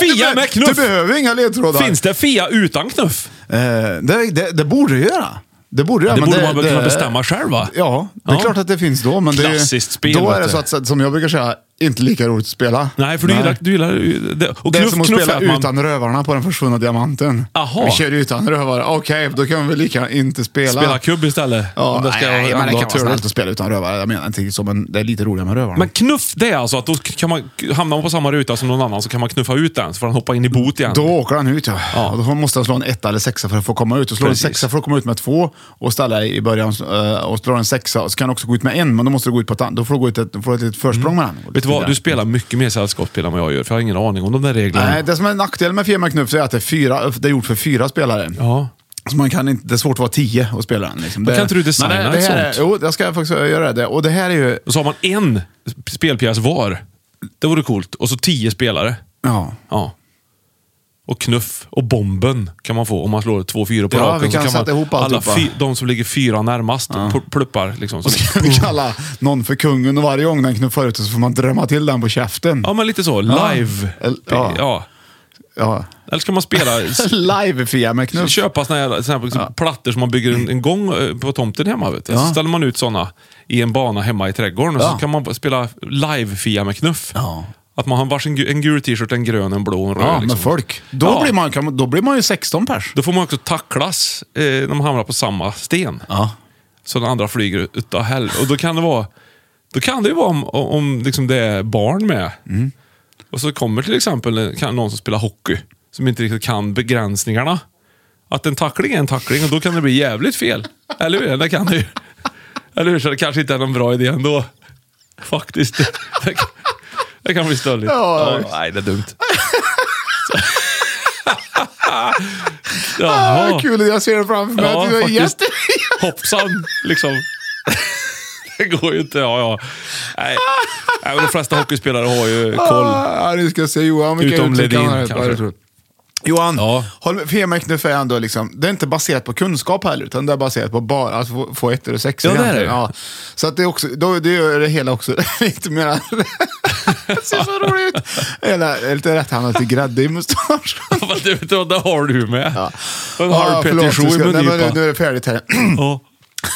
Speaker 2: Fia med
Speaker 1: Du
Speaker 2: knuff!
Speaker 1: behöver inga ledtrådar.
Speaker 2: Finns det Fia utan knuff?
Speaker 1: Eh, det, det, det borde det göra. Det borde, göra,
Speaker 2: Det
Speaker 1: men
Speaker 2: borde man väl kunna bestämma själv va?
Speaker 1: Ja, det är klart att det finns då. Men det är, ju-
Speaker 2: Klassiskt spel,
Speaker 1: Då är
Speaker 2: vet
Speaker 1: det
Speaker 2: du.
Speaker 1: så att, som jag brukar säga, inte lika roligt att spela.
Speaker 2: Nej, för du gillar... Du gillar det. Och
Speaker 1: Det är
Speaker 2: knuff,
Speaker 1: som att
Speaker 2: knuff
Speaker 1: spela
Speaker 2: är att man
Speaker 1: utan rövarna på den försvunna diamanten.
Speaker 2: Aha.
Speaker 1: Vi kör utan rövare. Okej, då kan vi väl lika gärna inte spela.
Speaker 2: spelar kubb istället.
Speaker 1: Ja,
Speaker 2: Om det ska
Speaker 1: nej,
Speaker 2: ändå
Speaker 1: men det kan vara
Speaker 2: ha turtles.
Speaker 1: snällt att spela utan rövare. Jag menar inte riktigt så, men det är lite roligare med rövarna.
Speaker 2: Men knuff, det är alltså att då kan man, hamnar man på samma ruta som någon annan så kan man knuffa ut den så får han hoppa in i bot igen.
Speaker 1: Då åker han ut ja.
Speaker 2: Ja.
Speaker 1: Och då måste han slå en etta eller sexa för att få komma ut. Och slår
Speaker 2: Precis.
Speaker 1: en sexa får du komma ut med två och ställa i början eh, och slår en sexa. Och så kan han också gå ut med en, men då måste du gå ut på ett annat. Då får du gå ut ett, får du ett litet försprång med den.
Speaker 2: Mm. Vet du vad? Du spelar mycket mer sällskapsspel än vad jag gör, för jag har ingen aning om de där reglerna.
Speaker 1: Nej, det som är en nackdel med Fema Knuff är att det är, fyra, det är gjort för fyra spelare.
Speaker 2: Ja.
Speaker 1: Så man kan inte, det är svårt att vara tio och spela den. Liksom.
Speaker 2: Men kan inte du designa
Speaker 1: Men det, det
Speaker 2: ett
Speaker 1: här är,
Speaker 2: sånt?
Speaker 1: Jo, jag ska faktiskt göra det. Och det här är ju...
Speaker 2: Och så har man en spelpjäs var. Det vore coolt. Och så tio spelare.
Speaker 1: Ja.
Speaker 2: Ja. Och knuff och bomben kan man få om man slår två fyror på
Speaker 1: Ja,
Speaker 2: raken.
Speaker 1: vi kan
Speaker 2: Så
Speaker 1: sätta
Speaker 2: man,
Speaker 1: ihop
Speaker 2: alla
Speaker 1: alltihopa.
Speaker 2: fy, De som ligger fyra närmast pl- pluppar liksom.
Speaker 1: Och så kan vi kalla någon för kungen och varje gång den knuffar ut så får man drämma till den på käften.
Speaker 2: Ja, men lite så. Live.
Speaker 1: Eller-
Speaker 2: Ja.
Speaker 1: ja. Ja.
Speaker 2: Eller ska man spela... s-
Speaker 1: Live Fia med knuff.
Speaker 2: Köpa såna här, såna här plattor som man bygger en, en gång eh, på tomten hemma. Vet du. Så
Speaker 1: Ja.
Speaker 2: ställer man ut såna i en bana hemma i trädgården och så
Speaker 1: Ja.
Speaker 2: kan man spela live-Fia med knuff.
Speaker 1: Ja.
Speaker 2: Att man har varsin gu- en gul t-shirt, en grön, en blå och en röd.
Speaker 1: Ja,
Speaker 2: liksom.
Speaker 1: med folk. Då,
Speaker 2: Ja.
Speaker 1: blir man, kan man- då blir man ju 16 pers.
Speaker 2: Då får man också tacklas eh, när man hamnar på samma sten.
Speaker 1: Ja.
Speaker 2: Så den andra flyger ut- utav hell. Och då kan det vara, då kan det ju vara om, om liksom det är barn med. Och så kommer till exempel kan- någon som spelar hockey, som inte riktigt kan begränsningarna. Att en tackling är en tackling och då kan det bli jävligt fel. Eller hur? Det kan det ju. Eller hur? Så det kanske inte är någon bra idé ändå. Faktiskt. Det kan, det kan bli stöldigt.
Speaker 1: Ja,
Speaker 2: Ja, nej, det är dumt. Jaha.
Speaker 1: Ah, kul, jag ser det framför mig.
Speaker 2: Ja,
Speaker 1: du är
Speaker 2: faktiskt.
Speaker 1: jätte...
Speaker 2: hoppsan, liksom. Det går ju inte. Ja, ja. Nej. Nej, men de flesta hockeyspelare har ju koll.
Speaker 1: Ah, nu ska jag se Johan, vilka
Speaker 2: Utom
Speaker 1: uttryck han
Speaker 2: Ledin,
Speaker 1: har rätt på,
Speaker 2: kanske.
Speaker 1: jag tror. Johan,
Speaker 2: Ja.
Speaker 1: håll med, Fia med knuff är ändå liksom, det är inte baserat på kunskap heller, utan det är baserat på bara att få, få ettor och sexor.
Speaker 2: Ja, det är
Speaker 1: egentligen.
Speaker 2: det.
Speaker 1: Ja. Så att det, är också, då, det gör det hela också lite mer... det ser så roligt ut. Hela, lite rätthandlat till grädde i mustaschen.
Speaker 2: Vad du vet vad, det har du med.
Speaker 1: Ja.
Speaker 2: En halv
Speaker 1: Ah,
Speaker 2: Petit
Speaker 1: förlåt, nu
Speaker 2: Choux
Speaker 1: ska-
Speaker 2: i
Speaker 1: nej, men nu-
Speaker 2: mungipa.
Speaker 1: Nu är det färdigt här.
Speaker 2: Ja.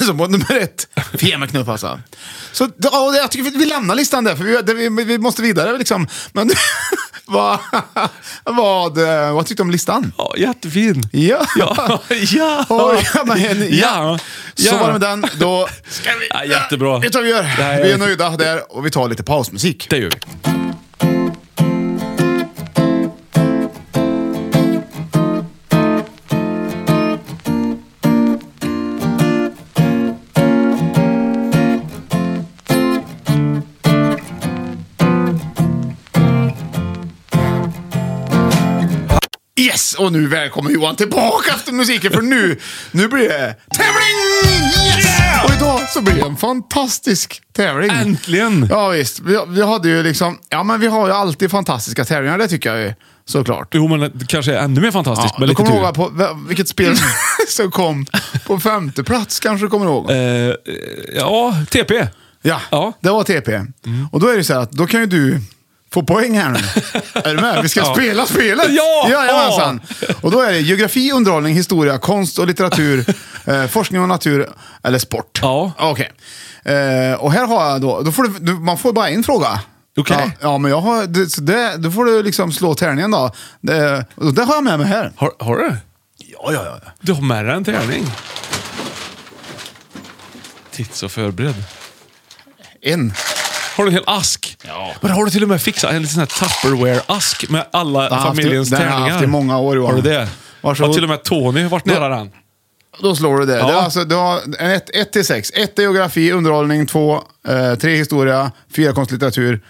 Speaker 1: Så på nummer ett, Fema knuff alltså. Så, ja, och jag tycker vi, vi lämnar listan där, för vi, det, vi, vi måste vidare liksom. Men vad, vad, eh, vad tyckte du om listan?
Speaker 2: Ja, jättefin.
Speaker 1: Ja.
Speaker 2: Ja. Ja.
Speaker 1: Oj, men, ja.
Speaker 2: Ja.
Speaker 1: Så
Speaker 2: Ja.
Speaker 1: var det med den. Då ska vi...
Speaker 2: Ja, jättebra.
Speaker 1: Vet du vad vi
Speaker 2: Det här
Speaker 1: gör?
Speaker 2: är-
Speaker 1: Vi är nöjda där och vi tar lite pausmusik.
Speaker 2: Det gör vi.
Speaker 1: Yes! Och nu välkommen Johan tillbaka efter musiken för nu, nu blir det tävling! Yes!
Speaker 2: Yeah!
Speaker 1: Och idag så blir det en fantastisk tävling.
Speaker 2: Äntligen!
Speaker 1: Ja visst, vi, vi hade ju liksom, ja men vi har ju alltid fantastiska tävlingar, det tycker jag ju såklart.
Speaker 2: Jo, men det kanske är ännu mer fantastiskt.
Speaker 1: Ja,
Speaker 2: men
Speaker 1: du
Speaker 2: lite
Speaker 1: kommer
Speaker 2: tur.
Speaker 1: ihåg på v- vilket spel som kom på femte plats kanske du kommer ihåg?
Speaker 2: Eh, ja, TP.
Speaker 1: Ja,
Speaker 2: ja.
Speaker 1: Mm. det var TP. Och då är det så här att då kan ju du få poäng här nu. Är du med? Vi ska
Speaker 2: Ja.
Speaker 1: spela spelet!
Speaker 2: Ja!
Speaker 1: Jajamensan! Och då är det geografi, underhållning, historia, konst och litteratur, eh, forskning och natur eller sport. Ja. Okej. Eh, och här har jag då, då får du, du, man får bara en fråga.
Speaker 2: Okej.
Speaker 1: Ja, ja, men jag har, det, så det, då får du liksom slå tärningen då. Det, och det har jag med mig här.
Speaker 2: Har, har du?
Speaker 1: Ja, ja, ja.
Speaker 2: Du har med dig en tärning. Titt så förberedd.
Speaker 1: En.
Speaker 2: Har du en hel ask? Ja. Men har du till och med fixat en liten sån här Tupperware-ask med alla
Speaker 1: Den har haft i-
Speaker 2: familjens
Speaker 1: den har jag
Speaker 2: tärningar?
Speaker 1: haft i många år, Johan.
Speaker 2: Har du det?
Speaker 1: Varsågod.
Speaker 2: Har till och med Tony varit nära den?
Speaker 1: Då slår du det.
Speaker 2: Ja.
Speaker 1: det är alltså, du har 1 till 6. 1 är geografi, underhållning, 2, 3 historia, 4 konstlitteratur,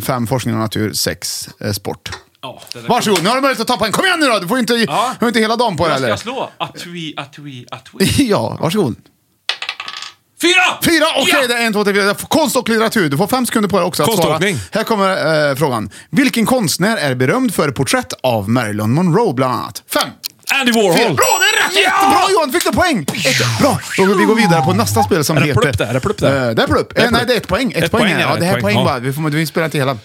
Speaker 1: 5 forskning och natur, 6 sport.
Speaker 2: Ja, det där-
Speaker 1: Varsågod, nu har du möjlighet att tappa en. Kom igen nu då! Du får inte,
Speaker 2: Ja.
Speaker 1: du får inte hela dagen på dig
Speaker 2: Jag ska
Speaker 1: heller.
Speaker 2: slå. Atui, atui, atui.
Speaker 1: ja, varsågod.
Speaker 2: Fyra!
Speaker 1: Fyra! Okej,
Speaker 2: Ja!
Speaker 1: det är en, två, tre, fyra. Konst och litteratur. Du får fem sekunder på dig också att svara.
Speaker 2: Konståkning.
Speaker 1: Här kommer eh, frågan. Vilken konstnär är berömd för porträtt av Marilyn Monroe bland annat? Fem,
Speaker 2: Andy
Speaker 1: Fel.
Speaker 2: Warhol!
Speaker 1: Bra, det är rätt! Jättebra Johan, fick du poäng! Ett, bra! Då vi går vidare på nästa spel som
Speaker 2: Är det
Speaker 1: heter...
Speaker 2: plupp där? Är det plupp där?
Speaker 1: Eh, det är plupp. Eh,
Speaker 2: Det är
Speaker 1: Nej,
Speaker 2: plupp.
Speaker 1: det är ett poäng. Ett,
Speaker 2: Ett
Speaker 1: poäng,
Speaker 2: poäng,
Speaker 1: är det.
Speaker 2: ja,
Speaker 1: ja. Det här är
Speaker 2: ett
Speaker 1: poäng,
Speaker 2: poäng, Mm. ja.
Speaker 1: bara. Vi, får, vi spelar inte hela.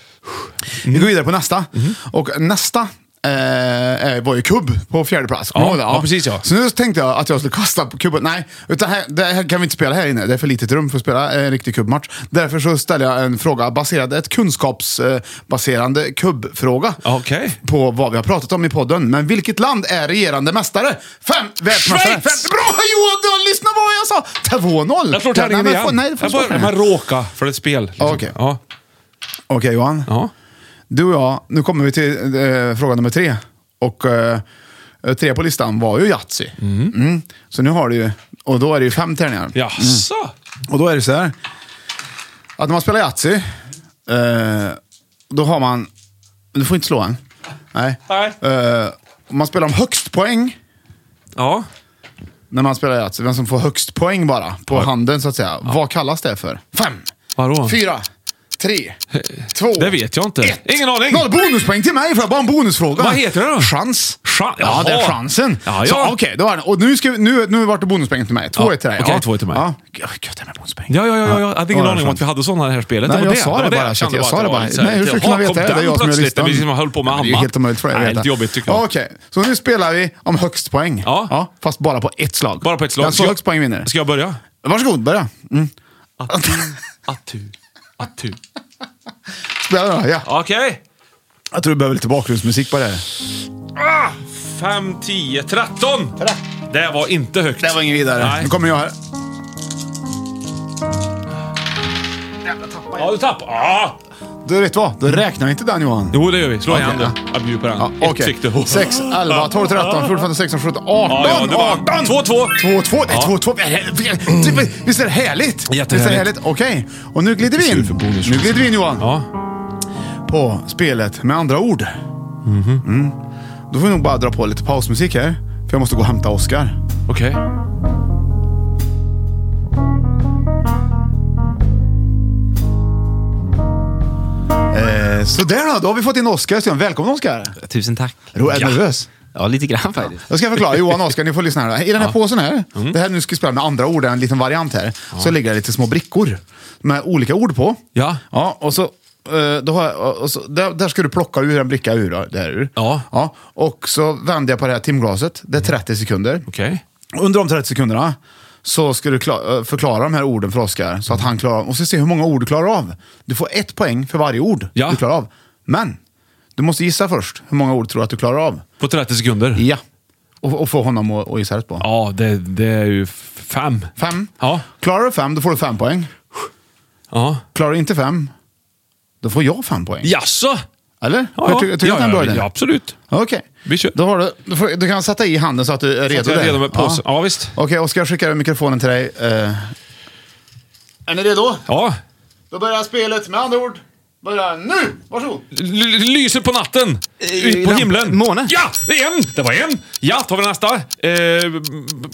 Speaker 1: Vi går vidare på nästa.
Speaker 2: Mm-hmm.
Speaker 1: Och nästa eh, var ju kubb på fjärde plats. Kommer
Speaker 2: Ja,
Speaker 1: du ihåg det?
Speaker 2: ja, precis, ja.
Speaker 1: Så nu tänkte jag att jag skulle kasta på kubben. Nej, utan här, det här kan vi inte spela här inne. Det är för litet rum för att spela en riktig kubbmatch. Därför så ställer jag en fråga baserad, ett kunskapsbaserande kubbfråga
Speaker 2: Okej.
Speaker 1: på vad vi har pratat om i podden. Men vilket land är regerande mästare? Fem världsmästare.
Speaker 2: Schweiz!
Speaker 1: Fem. Bra Johan, du har lyssnat på vad jag sa! Det var 2-0.
Speaker 2: Jag slår tärningen
Speaker 1: Nej, men
Speaker 2: igen.
Speaker 1: få- Nej, det får
Speaker 2: jag
Speaker 1: slå
Speaker 2: bara,
Speaker 1: tärningen.
Speaker 2: man råkar för ett spel. liksom.
Speaker 1: Okej.
Speaker 2: Ja.
Speaker 1: Okej Johan,
Speaker 2: Ja.
Speaker 1: du och jag, nu kommer vi till eh, fråga nummer tre. Och eh, tre på listan var ju Yatzy. Mm. Så nu har du ju, och då är det ju fem tärningar.
Speaker 2: Jaså?
Speaker 1: Och då är det så här. Att när man spelar Yatzy, eh, då har man... Du får inte slå än. Nej.
Speaker 2: Nej.
Speaker 1: Eh, om man spelar om högst poäng
Speaker 2: Ja.
Speaker 1: när man spelar Yatzy, vem som får högst poäng bara på handen så att säga. Vad kallas det för? Fem,
Speaker 2: Vadå?
Speaker 1: fyra, tre, två,
Speaker 2: Det vet jag inte.
Speaker 1: ett.
Speaker 2: Ingen aning.
Speaker 1: Noll bonuspoäng till mig för jag bara en bonusfråga.
Speaker 2: Vad heter det då?
Speaker 1: Chans.
Speaker 2: Chan-
Speaker 1: ja, det är
Speaker 2: Jaha.
Speaker 1: chansen.
Speaker 2: Ja, ja.
Speaker 1: Så, okej, då är det. Och nu, ska vi, nu, nu vart det bonuspoäng till mig. Två
Speaker 2: Ja,
Speaker 1: är till dig.
Speaker 2: okej, två är till mig.
Speaker 1: Ja. Gud, gött det här med bonuspoäng.
Speaker 2: Ja, ja, ja, ja. Jag hade ingen
Speaker 1: Ja,
Speaker 2: aning om att vi hade sådana i det här spelet.
Speaker 1: Nej,
Speaker 2: var
Speaker 1: jag sa det
Speaker 2: var
Speaker 1: bara, shit, jag
Speaker 2: kände
Speaker 1: sa det
Speaker 2: att
Speaker 1: bara.
Speaker 2: var lite så här,
Speaker 1: Nej, hur skulle
Speaker 2: "Jaha,
Speaker 1: man veta
Speaker 2: kom
Speaker 1: det? Det är
Speaker 2: den
Speaker 1: jag som gör
Speaker 2: plötsligt?"
Speaker 1: listan.
Speaker 2: Vi liksom höll på med
Speaker 1: Nej,
Speaker 2: Anna.
Speaker 1: Det är helt omöjligt för dig
Speaker 2: Nej,
Speaker 1: att veta.
Speaker 2: lite jobbigt tycker jag.
Speaker 1: Okej, så nu spelar vi om högst poäng.
Speaker 2: Ja.
Speaker 1: Fast bara på ett slag.
Speaker 2: Bara på ett slag.
Speaker 1: Den som har högst poäng vinner.
Speaker 2: Ska jag börja?
Speaker 1: Varsågod, börja. Mm.
Speaker 2: Atu, atu, atu.
Speaker 1: Spela då. Ja.
Speaker 2: Okej.
Speaker 1: Jag tror du behöver lite bakgrundsmusik på det här.
Speaker 2: Ah, 5, 10, 13! Det var inte högt.
Speaker 1: Det var inget vidare.
Speaker 2: Nej.
Speaker 1: Nu kommer jag här.
Speaker 2: Ja, du tappade. Ah.
Speaker 1: Du vet vad? Då räknar vi inte den Johan.
Speaker 2: Jo, det gör vi. Slå
Speaker 1: Okej,
Speaker 2: igen den.
Speaker 1: ja.
Speaker 2: Jag bjuder på den.
Speaker 1: Ja,
Speaker 2: Ett
Speaker 1: Okej.
Speaker 2: sikte.
Speaker 1: 6, 11, 12, 13, 14, 16, 17, 18,
Speaker 2: Ja, ja, det var-
Speaker 1: 18!
Speaker 2: 2-2.
Speaker 1: 2-2. Nej,
Speaker 2: Ja.
Speaker 1: 2-2. Typ, Visst är det härligt?
Speaker 2: Jättehärligt.
Speaker 1: Visst är det härligt? Okej. Och nu glider vi
Speaker 2: Ser
Speaker 1: in.
Speaker 2: du för bonus?
Speaker 1: Nu glider vi in Johan.
Speaker 2: Ja.
Speaker 1: På spelet med andra ord. Mm.
Speaker 2: Mhm.
Speaker 1: Då får vi nog bara dra på lite pausmusik här. För jag måste gå och hämta Oscar.
Speaker 2: Okej.
Speaker 1: Eh, sådär då, då har vi fått in Oscar. i studion. Välkommen Oscar.
Speaker 7: Tusen tack.
Speaker 1: Ro- Är du
Speaker 2: Ja.
Speaker 1: nervös?
Speaker 7: Ja, lite grann faktiskt.
Speaker 1: Jag ska förklara. Johan och Oskar, ni får lyssna här. I den här påsen här,
Speaker 2: Mm.
Speaker 1: det här nu ska vi spela med andra ord, det är en liten variant här, så ligger det lite små brickor med olika ord på.
Speaker 2: Ja.
Speaker 1: ja och så, eh, då har jag, och så, där, där ska du plocka ur en bricka ur, då, där ur.
Speaker 2: Ja. Mm.
Speaker 1: ja. Och så vänder jag på det här timglaset, det är 30 sekunder.
Speaker 2: Okej.
Speaker 1: Under de 30 sekunderna så ska du kla- eh, förklara de här orden för Oskar, så att han klarar av, och så se hur många ord du klarar av. Du får ett poäng för varje ord
Speaker 2: Ja.
Speaker 1: du klarar av. Men, du måste gissa först, hur många ord tror du att du klarar av?
Speaker 2: På 30 sekunder?
Speaker 1: Ja. Och, och få honom att, att gissa rätt på.
Speaker 2: Ja, det, det är ju f- fem.
Speaker 1: Fem.
Speaker 2: Ja.
Speaker 1: Klarar du fem, då får du fem poäng.
Speaker 2: Ja.
Speaker 1: Klarar du inte fem, då får jag fem poäng.
Speaker 2: Jaså?
Speaker 1: Eller? jag tycker jag tycker att det är en bra idé.
Speaker 2: ja, absolut.
Speaker 1: Okej.
Speaker 2: Vi kör.
Speaker 1: Då har du, du, får, du kan sätta i handen så att du är redo.
Speaker 2: att jag är
Speaker 1: där.
Speaker 2: redo med påsen. Ja, visst.
Speaker 1: Okej, Oskar, jag skickar mikrofonen till dig. Eh, Är ni redo?
Speaker 2: Ja.
Speaker 1: Då börjar spelet. Med andra ord, börjar nu! Varsågod!
Speaker 2: L- l- lyser på natten. Ut på
Speaker 7: lamp-
Speaker 2: himlen.
Speaker 7: måne.
Speaker 2: Ja, det är en. Det var en. Ja, tar vi nästa. Eh, b-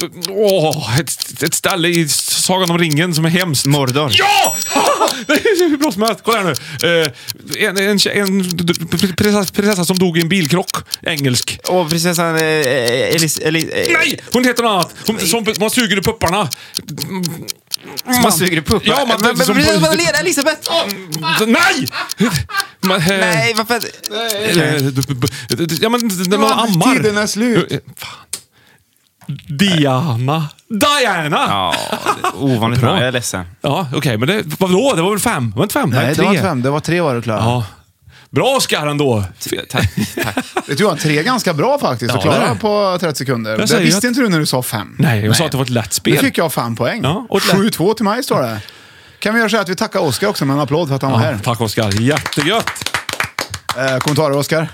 Speaker 2: b- åh, ett, ett ställe i Sagan om ringen som är hemskt.
Speaker 7: Mordor.
Speaker 2: Ja! Det är hur bra som helst. Kolla här nu. Eh, en en, tje- en d- d- prinsessa, prinsessa som dog i en bilkrock. Engelsk.
Speaker 7: Och prinsessan eh, eh, Elis... Elis eh,
Speaker 2: Nej! Hon heter något annat. Hon, som, man suger i pupparna.
Speaker 7: Man suger i puppar.
Speaker 2: Ja, man-
Speaker 7: men, men,
Speaker 2: som-
Speaker 7: men, men, Lena Elisabeth!
Speaker 2: Nej! Man, eh,
Speaker 7: Nej, varför?
Speaker 2: eh, Ja, men när man
Speaker 1: Ja,
Speaker 2: ammar.
Speaker 1: tiden är slut.
Speaker 2: Eh, Fan. Diana. Diana! Ja,
Speaker 7: Ovanligt bra. Jag är ledsen.
Speaker 2: okej. men det, vadå? Det var väl fem? Det var inte fem?
Speaker 1: Nej, det var
Speaker 2: tre.
Speaker 1: inte fem. Det var tre var du klar.
Speaker 2: Ja. Bra Oskar ändå! Tack.
Speaker 1: Vet du vad, tre är ganska bra faktiskt.
Speaker 2: Ja,
Speaker 1: att klara
Speaker 2: det är det.
Speaker 1: på 30 sekunder. Det
Speaker 2: säger
Speaker 1: visste
Speaker 2: att-
Speaker 1: inte du när du sa fem.
Speaker 2: Nej, jag sa att det var ett lätt spel.
Speaker 1: Nu fick jag fem poäng.
Speaker 2: Ja, och ett lätt-
Speaker 1: 7-2 till mig står det. Kan vi göra så här att vi tackar Oskar också med en applåd för att han var
Speaker 2: Ja,
Speaker 1: här.
Speaker 2: tack Oskar. Jättegött!
Speaker 1: Eh, kommentarer Oskar?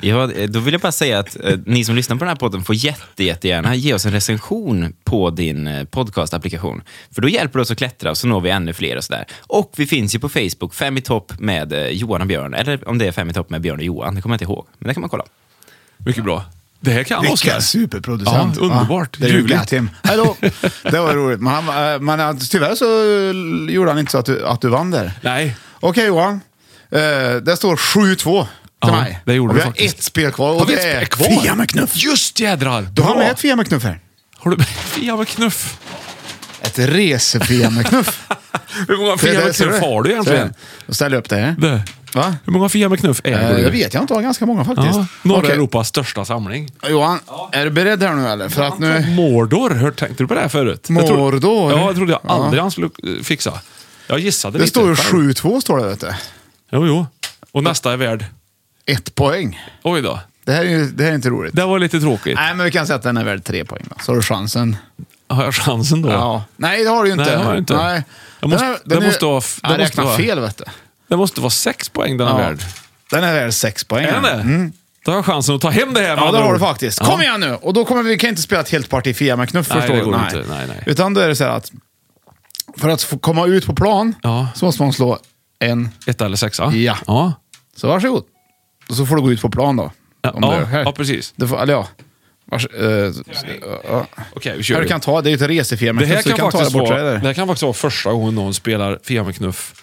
Speaker 7: Ja, eh, då vill jag bara säga att eh, ni som lyssnar på den här podden får jätte, jättegärna ge oss en recension på din eh, podcastapplikation. För då hjälper det oss att klättra och så når vi ännu fler och sådär. Och vi finns ju på Facebook, Fem i topp med eh, Johan och Björn. Eller om det är Fem i topp med Björn och Johan, det kommer jag inte ihåg. Men det kan man kolla.
Speaker 2: Mycket bra. Det här kan Oskar.
Speaker 1: Vilken superproducent.
Speaker 2: Ja, underbart.
Speaker 1: Ja, det är ju
Speaker 2: Ljuvligt.
Speaker 1: glädjen. Hej då. Det var roligt. Men, han, eh, men eh, tyvärr så gjorde han inte så att du, att du vann där.
Speaker 2: Nej.
Speaker 1: Okej Johan. Eh, det står 7-2 till
Speaker 2: Ja,
Speaker 1: mig.
Speaker 2: det gjorde
Speaker 1: och
Speaker 2: du
Speaker 1: vi har
Speaker 2: faktiskt.
Speaker 1: ett spel kvar. Och
Speaker 2: Har vi
Speaker 1: det
Speaker 2: ett
Speaker 1: är
Speaker 2: spel kvar?
Speaker 1: Fia med knuff.
Speaker 2: Just jädrar!
Speaker 1: Du har
Speaker 2: Bra.
Speaker 1: med ett Fia med knuff här.
Speaker 2: Har du med Fia med knuff?
Speaker 1: Ett rese-Fia med knuff.
Speaker 2: Hur många Fia med knuff har du egentligen?
Speaker 1: Då ställer jag upp det här.
Speaker 2: Det.
Speaker 1: Va?
Speaker 2: Hur många Fia med knuff är
Speaker 1: Eh,
Speaker 2: det?
Speaker 1: det vet jag inte. Jag har ganska många faktiskt.
Speaker 2: Ja, norra
Speaker 1: Okej.
Speaker 2: Europas största samling.
Speaker 1: Johan, är du beredd här nu eller? För att nu...
Speaker 2: Mordor, hör, tänkte du på det här förut? Jag trodde-
Speaker 1: Mordor?
Speaker 2: Ja, jag trodde jag aldrig han skulle eh, fixa. Jag gissade
Speaker 1: Det
Speaker 2: lite.
Speaker 1: står ju
Speaker 2: själv.
Speaker 1: 7-2 står det vet du.
Speaker 2: Jo, jo. Och nästa är värd...
Speaker 1: Ett poäng.
Speaker 2: Oj då.
Speaker 1: Det här är, ju, det här är inte roligt.
Speaker 2: Det var lite tråkigt.
Speaker 1: Nej, men vi kan säga att den är värd tre poäng då. Så har du chansen.
Speaker 2: Har jag chansen då?
Speaker 1: Ja. Nej, det har du ju inte.
Speaker 2: Nej, det har du inte.
Speaker 1: Nej.
Speaker 2: Jag måste- det måste ha- det
Speaker 1: jag
Speaker 2: måste
Speaker 1: räknade
Speaker 2: ha-
Speaker 1: fel vet du.
Speaker 2: Det måste vara sex poäng den är
Speaker 1: Ja.
Speaker 2: värd.
Speaker 1: Den är värd sex poäng.
Speaker 2: Är den det? Då har jag chansen att ta hem det här med
Speaker 1: Mm. Ja, det
Speaker 2: andra
Speaker 1: har du
Speaker 2: ord.
Speaker 1: faktiskt.
Speaker 2: Ja.
Speaker 1: Kom igen nu! Och då kommer vi, vi kan inte spela ett helt parti Fia med knuff
Speaker 2: Nej,
Speaker 1: förstår
Speaker 2: det
Speaker 1: du.
Speaker 2: går inte. Nej, nej.
Speaker 1: Utan då är det så här att för att få komma ut på plan
Speaker 2: Ja.
Speaker 1: så måste man slå en.
Speaker 2: Ett eller sexa?
Speaker 1: Ja.
Speaker 2: Ja,
Speaker 1: Så varsågod. Och så får du gå ut på plan då.
Speaker 2: ja,
Speaker 1: Om det är
Speaker 2: ja,
Speaker 1: här.
Speaker 2: ja precis.
Speaker 1: Du får, eller ja. Vars, eh, ja.
Speaker 2: Okej, vi
Speaker 1: Ja,
Speaker 2: kör.
Speaker 1: du kan ta, det är ju ett resefia med
Speaker 2: det,
Speaker 1: knuff,
Speaker 2: här
Speaker 1: så
Speaker 2: kan
Speaker 1: du kan ta det
Speaker 2: faktiskt
Speaker 1: bort
Speaker 2: vara,
Speaker 1: sig där.
Speaker 2: det här kan faktiskt vara första gången någon spelar Fia med knuff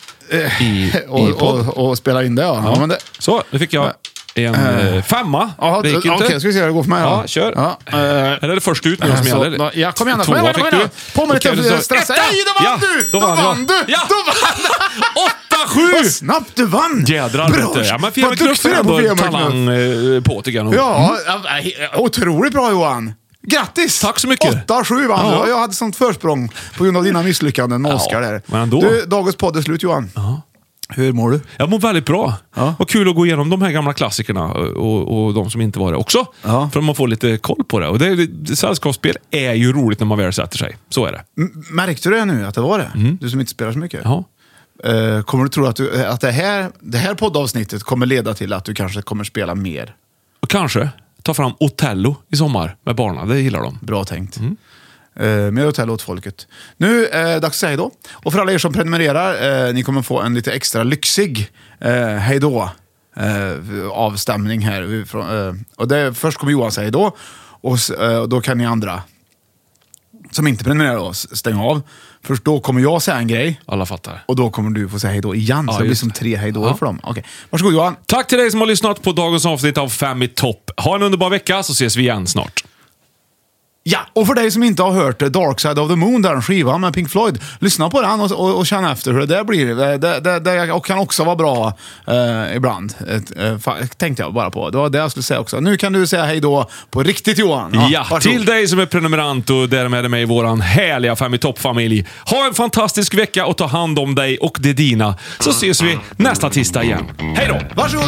Speaker 2: i,
Speaker 1: Eh, och,
Speaker 2: i podd.
Speaker 1: och, och spela in det ja. ja. men det,
Speaker 2: Så, nu fick jag en eh, femma.
Speaker 1: Jaha,
Speaker 2: det gick
Speaker 1: okej,
Speaker 2: inte.
Speaker 1: ska vi se hur det går för mig då.
Speaker 2: Ja, kör.
Speaker 1: Ja, eh,
Speaker 2: Eller är det först ut nu som
Speaker 1: så,
Speaker 2: gäller?
Speaker 1: då- Ja, kom igen då, kom
Speaker 2: Tvåa
Speaker 1: igen då,
Speaker 2: fick
Speaker 1: kom igen
Speaker 2: du.
Speaker 1: då. På med
Speaker 2: Okej,
Speaker 1: lite
Speaker 2: då så-
Speaker 1: stress.
Speaker 2: Etta!
Speaker 1: Nej, då vann
Speaker 2: Ja,
Speaker 1: du!
Speaker 2: Då vann, jag.
Speaker 1: du!
Speaker 2: Ja.
Speaker 1: Då vann du!
Speaker 2: Åtta,
Speaker 1: Vad
Speaker 2: sju!
Speaker 1: snabbt du vann!
Speaker 2: Jädrar vet du. Ja, men Fia
Speaker 1: vad
Speaker 2: med knuff
Speaker 1: duktig
Speaker 2: är
Speaker 1: du är på
Speaker 2: ändå
Speaker 1: VM knuff.
Speaker 2: talang eh, på tycker jag nog.
Speaker 1: Ja, eh, otroligt bra Johan. Grattis!
Speaker 2: Tack så mycket.
Speaker 1: 8-7 vann
Speaker 2: Ja.
Speaker 1: du. Jag hade sånt försprång på grund av dina misslyckanden med
Speaker 2: Ja,
Speaker 1: Oskar där.
Speaker 2: men ändå.
Speaker 1: Du, dagens podd är slut Johan. Hur mår du?
Speaker 2: Jag mår väldigt bra.
Speaker 1: Ja.
Speaker 2: Vad kul att gå igenom de här gamla klassikerna eh, och, och de som inte var det också.
Speaker 1: Ja.
Speaker 2: För man får lite koll på det. Och det, är- det, sällskapsspel är ju roligt när man väl sätter sig. Så är det.
Speaker 1: M- Märkte du det nu, att det var det? Du som inte spelar så mycket.
Speaker 2: Mm. Ja.
Speaker 1: Eh, kommer du tro att, du, att det, här, det här poddavsnittet kommer leda till att du kanske kommer spela mer?
Speaker 2: Och kanske ta fram Otello i sommar med barnen. Det gillar de.
Speaker 1: Bra tänkt.
Speaker 2: Mm.
Speaker 1: Eh, mer hotell åt folket. Nu är det dags att säga hejdå. Och för alla er som prenumererar, eh, ni kommer få en lite extra lyxig eh, hejdå eh, avstämning här. Från, eh, och det, först kommer Johan säga hejdå och s- eh, och då kan ni andra som inte prenumererar då, s- stänga av. Först då kommer jag säga en grej.
Speaker 2: Alla fattar.
Speaker 1: Och då kommer du få säga hejdå igen.
Speaker 2: Ja,
Speaker 1: så det blir
Speaker 2: just
Speaker 1: som
Speaker 2: det.
Speaker 1: tre hejdåer
Speaker 2: Ja.
Speaker 1: för dem. Okej. Varsågod Johan.
Speaker 2: Tack till dig som har lyssnat på dagens avsnitt av Fem i topp. Ha en underbar vecka så ses vi igen snart.
Speaker 1: Ja, och för dig som inte har hört eh, Dark Side of the Moon, den skivan med Pink Floyd, lyssna på den och, och, och känn efter hur det där blir. Det, det, det, det och kan också vara bra eh, ibland, Ett, eh, fa- tänkte jag bara på. Det var det jag skulle säga också. Nu kan du säga hej då på riktigt Johan.
Speaker 2: Ja,
Speaker 1: varsågod.
Speaker 2: till dig som är prenumerant och därmed är med i våran härliga Fem i topp-familj. Ha en fantastisk vecka och ta hand om dig och det dina. Så ses vi nästa tisdag igen. Hej då!
Speaker 1: Varsågod!